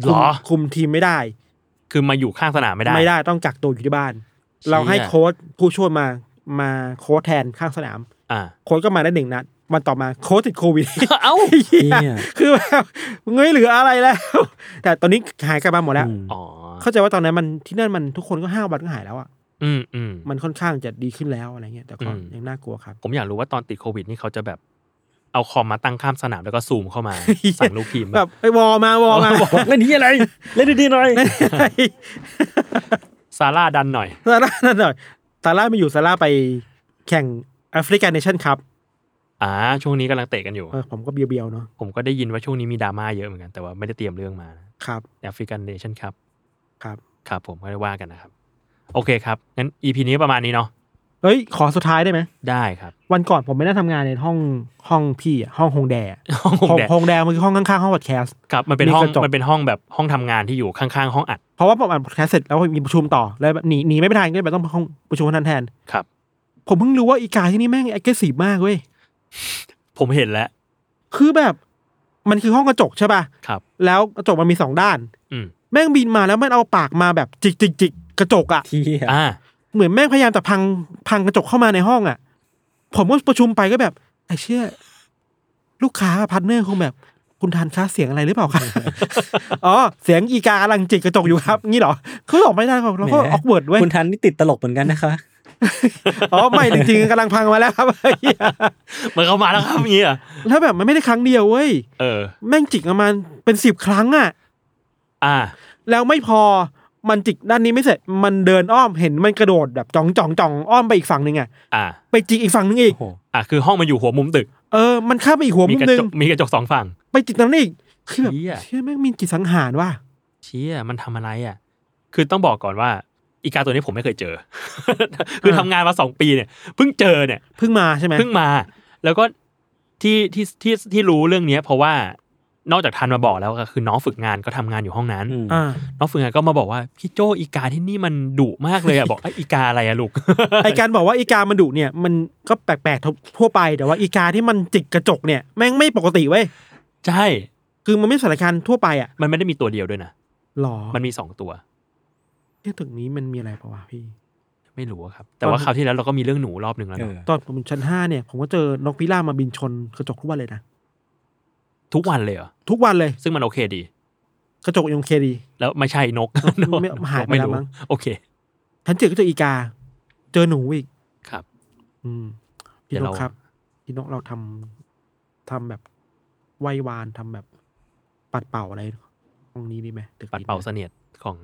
Speaker 1: เหรอ
Speaker 3: คุมคุมทีมไม่ได้
Speaker 1: คือมาอยู่ข้างสนามไม่ได้
Speaker 3: ไม่ได้ต้องกักตัวอยู่ที่บ้าน
Speaker 1: เชี่ย
Speaker 3: เราให้โค้ชผู้ช่วยมามาโค้ชแทนข้างสนาม
Speaker 1: อ่า
Speaker 3: โค้ชก็มาได้หนึ่งนัดวันต่อมาโค้ชติดโควิด
Speaker 1: เอ้า
Speaker 3: เหี้ย
Speaker 2: เหี้ย
Speaker 3: คือแบบมึงไม่เหลืออะไรแล้ว แต่ตอนนี้หายกลับมาหมดแล้ว
Speaker 2: อืม
Speaker 1: อ๋อ
Speaker 3: เข้าใจว่าตอนนั้นมันที่นั่นมันทุกคนก็ห้าวันก็หายแล้วอ่ะ
Speaker 1: อืมอืม
Speaker 3: มันค่อนข้างจะดีขึ้นแล้วอะไรเงี้ยแต่ก็
Speaker 1: อืม
Speaker 3: ยังน่ากลัวครับ
Speaker 1: ผมอยากรู้ว่าตอนติดโควิดนี่เขาจะแบบ เอาคอมมาตั้งข้ามสนามแล้วก็ซูมเข้า มา สั่งลูกทีม
Speaker 3: แบบไปวอมาวอมา
Speaker 2: บอกเล่นนี้อะไร เล่นดีๆหน่อย
Speaker 1: ซาร่าดันหน่อย
Speaker 3: ซาร่านั่นหน่อยซาร่าไม่อยู่ซาร่าไปแข่งแอฟริกันเนชั่นครับ
Speaker 1: อ่า ช่วงนี้กำลังเตะกันอยู่
Speaker 3: ผมก็เบียวๆเนาะ
Speaker 1: ผมก็ได้ยินว่าช่วงนี้มีดราม่าเยอะเหมือนกันแต่ว่าไม่ได้เตรียมเรื่องมานะ
Speaker 3: ครับ
Speaker 1: แอฟริกันเนชั่นครับ
Speaker 3: ครับ
Speaker 1: ครับผมก็ได้ว่ากันนะครับ โอเคครับ งั้น EP นี้ประมาณนี้เนาะ
Speaker 3: เอ้ยขอสุดท้ายได้ไหม
Speaker 1: ได้ครับ
Speaker 3: วันก่อนผมไม่ได้ทำงานในห้องห้องพี่อะห้องฮงแดอะ
Speaker 1: ห้อง
Speaker 3: ห้อง
Speaker 1: แดด
Speaker 3: ฮงแดมันคือห้องข้างๆห้องพอดแคสต์
Speaker 1: ครับมันเป็นห้อง
Speaker 3: มีกระจก
Speaker 1: มันเป็นห้องแบบห้องทำงานที่อยู่ข้างๆ ห้องอัด
Speaker 3: เพราะว่าผมอ่านพอดแคสต์เสร็จแล้วมีประชุมต่อแล้วแบบหนีหนีไม่ไปทันก็เลยแบบต้องห้องประชุมคนนั้นแทน
Speaker 1: ครับ
Speaker 3: ผมเพิ่งรู้ว่าอีกาที่นี่แม่ง aggressive มากเว้ย
Speaker 1: ผมเห็นแล้ว
Speaker 3: คือแบบมันคือห้องกระจกใช่ป่ะ
Speaker 1: ครับ
Speaker 3: แล้วกระจกมันมีสองด้าน
Speaker 1: อืม
Speaker 3: แม่งบินมาแล้วมันเอาปากมาแบบจิกจิกจิกกระจกอะ
Speaker 2: ที่
Speaker 1: อ่า
Speaker 3: เหมือนแม่งพยายามจะพังพังกระจกเข้ามาในห้องอะผมก็ประชุมไปก็แบบไอ้เชื่อ ลูกค้าพาร์ทเนอร์คงแบบ คุณทานค้าเสียงอะไรหรือเปล่าคะ อ๋อเสียงอีกากำลังจิกกระจกอยู่ครับ งี้เหรอเขาบอกไม่ได้ครับแล้วก็ออกเวิร์ดเว้ย
Speaker 2: คุณทันนี่ติดตลกเหมือนกันนะคะ
Speaker 3: อ๋อไม่จริงๆกำลังพังมาแล้วครับ ไอ้เหี้ย
Speaker 1: มันเข้ามาแล้วครับอย่างเงี้ยเหรอ
Speaker 3: แล้วแบบมันไม่ได้ครั้งเดียวเว้ย
Speaker 1: เออ
Speaker 3: แม่งจิกประมาณเป็นสิบครั้งอ่ะ
Speaker 1: อ่า
Speaker 3: แล้วไม่พอมันจิกด้านนี้ไม่เสร็จมันเดินอ้อมเห็นมันกระโดดแบบจ่องจ่องจ่องอ้อมไปอีกฝั่งหนึ่งอ่ะ
Speaker 1: อ่า
Speaker 3: ไปจิกอีกฝั่งหนึ่งอีก
Speaker 2: โอ้โห
Speaker 1: อ่ะคือห้องมันอยู่หัวมุมตึก
Speaker 3: เออมันข้ามไปอีกหัว
Speaker 1: มี
Speaker 3: มุม
Speaker 1: กระ
Speaker 3: หนึ่ง
Speaker 1: จกมีกระจกสองฝั่ง
Speaker 3: ไปจิกตรงนั้นอีกคือแบบ
Speaker 1: เหี้ย
Speaker 3: เชื่อแม่งมีจิตสังหารว่ะ
Speaker 1: เชี่ยมันทำอะไรอ่ะ คือต้องบอกก่อนว่า อีกาตัวนี้ผมไม่เคยเจอ คือทำงานมาสองปีเนี่ยเพิ่งเจอเนี่ย
Speaker 3: เพิ่งมาใช่ไหม
Speaker 1: เพิ่งมา แล้วก็ที่ที่ที่ที่รู้เรื่องเนี้ย เพราะว่านอกจากทันมาบอกแล้วก็คือน้องฝึกงานก็ทำงานอยู่ห้องนั้น
Speaker 2: อืม
Speaker 3: อ่า
Speaker 1: น้องฝึกงานก็มาบอกว่าพี่โจอีกาที่นี่มันดุมากเลยอ่ะ บอกไอ้ยอีกาอะไรอ่ะลูก
Speaker 3: ไอการบอกว่าอีกามันดุเนี่ย มันก็แปลกๆทั่วไปแต่ว่าอีกาที่มันจิกกระจกเนี่ยแม่งไม่ปกติเว้ย
Speaker 1: ใช่
Speaker 3: คือมันไม่สถานการณ์ทั่วไปอ่ะ
Speaker 1: มันไม่ได้มีตัวเดียวด้วยนะ
Speaker 3: หรอ
Speaker 1: มันมีสองตัว
Speaker 3: ที่ยตึกนี้มันมีอะไรเปล่าวะพี่
Speaker 1: ไม่รู้อะครับ แต่ว่าคราวที่แล้วเราก็มีเรื่องหนูรอบหนึ่งแล้ว
Speaker 2: เอ
Speaker 1: นะ
Speaker 2: อ
Speaker 3: ตอนผมอยู่ชั้นห้าเนี่ยผมก็เจอนกพิราบมาบินชนกระจกทุกวันเลยนะ
Speaker 1: ทุกวันเลยเหรอ
Speaker 3: ทุกวันเลย
Speaker 1: ซึ่งมันโอเคดี
Speaker 3: กระจกยังโอเคดี
Speaker 1: แล้วไม่ใช่นก
Speaker 3: ไม่หายไปแล้ว
Speaker 1: รู้
Speaker 3: มั้ง
Speaker 1: โอเค
Speaker 3: ฉันเจอก็เจออีกา เจอหนูอีก
Speaker 1: ครับ
Speaker 3: อืมพี่
Speaker 1: เดี๋ยวน เรา
Speaker 3: กครับพี่นกเราทำทำแบบไหววานทำแบบปัดเป่าอะไรตรงนี้ดีไหมตึก
Speaker 1: ปัด
Speaker 3: นี้
Speaker 1: เป่าเสนียดของ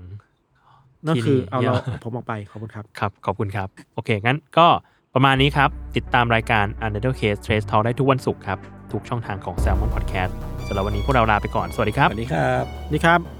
Speaker 3: นั่นคือเอาเรา
Speaker 1: ที่นี่
Speaker 3: ผมออกไปขอบคุณครับ
Speaker 1: ครับ ขอบคุณครับ โอเค งั้นก็ประมาณนี้ครับ ติดตามรายการ u n d e r t a l e Trace Talk ได้ทุกวันศุกร์ครับ ทุกช่องทางของ Salmon Podcast สำหรับวันนี้พวกเราลาไปก่อน สวัสดีครับ
Speaker 2: สวัสดีครับ
Speaker 3: นี่ครับ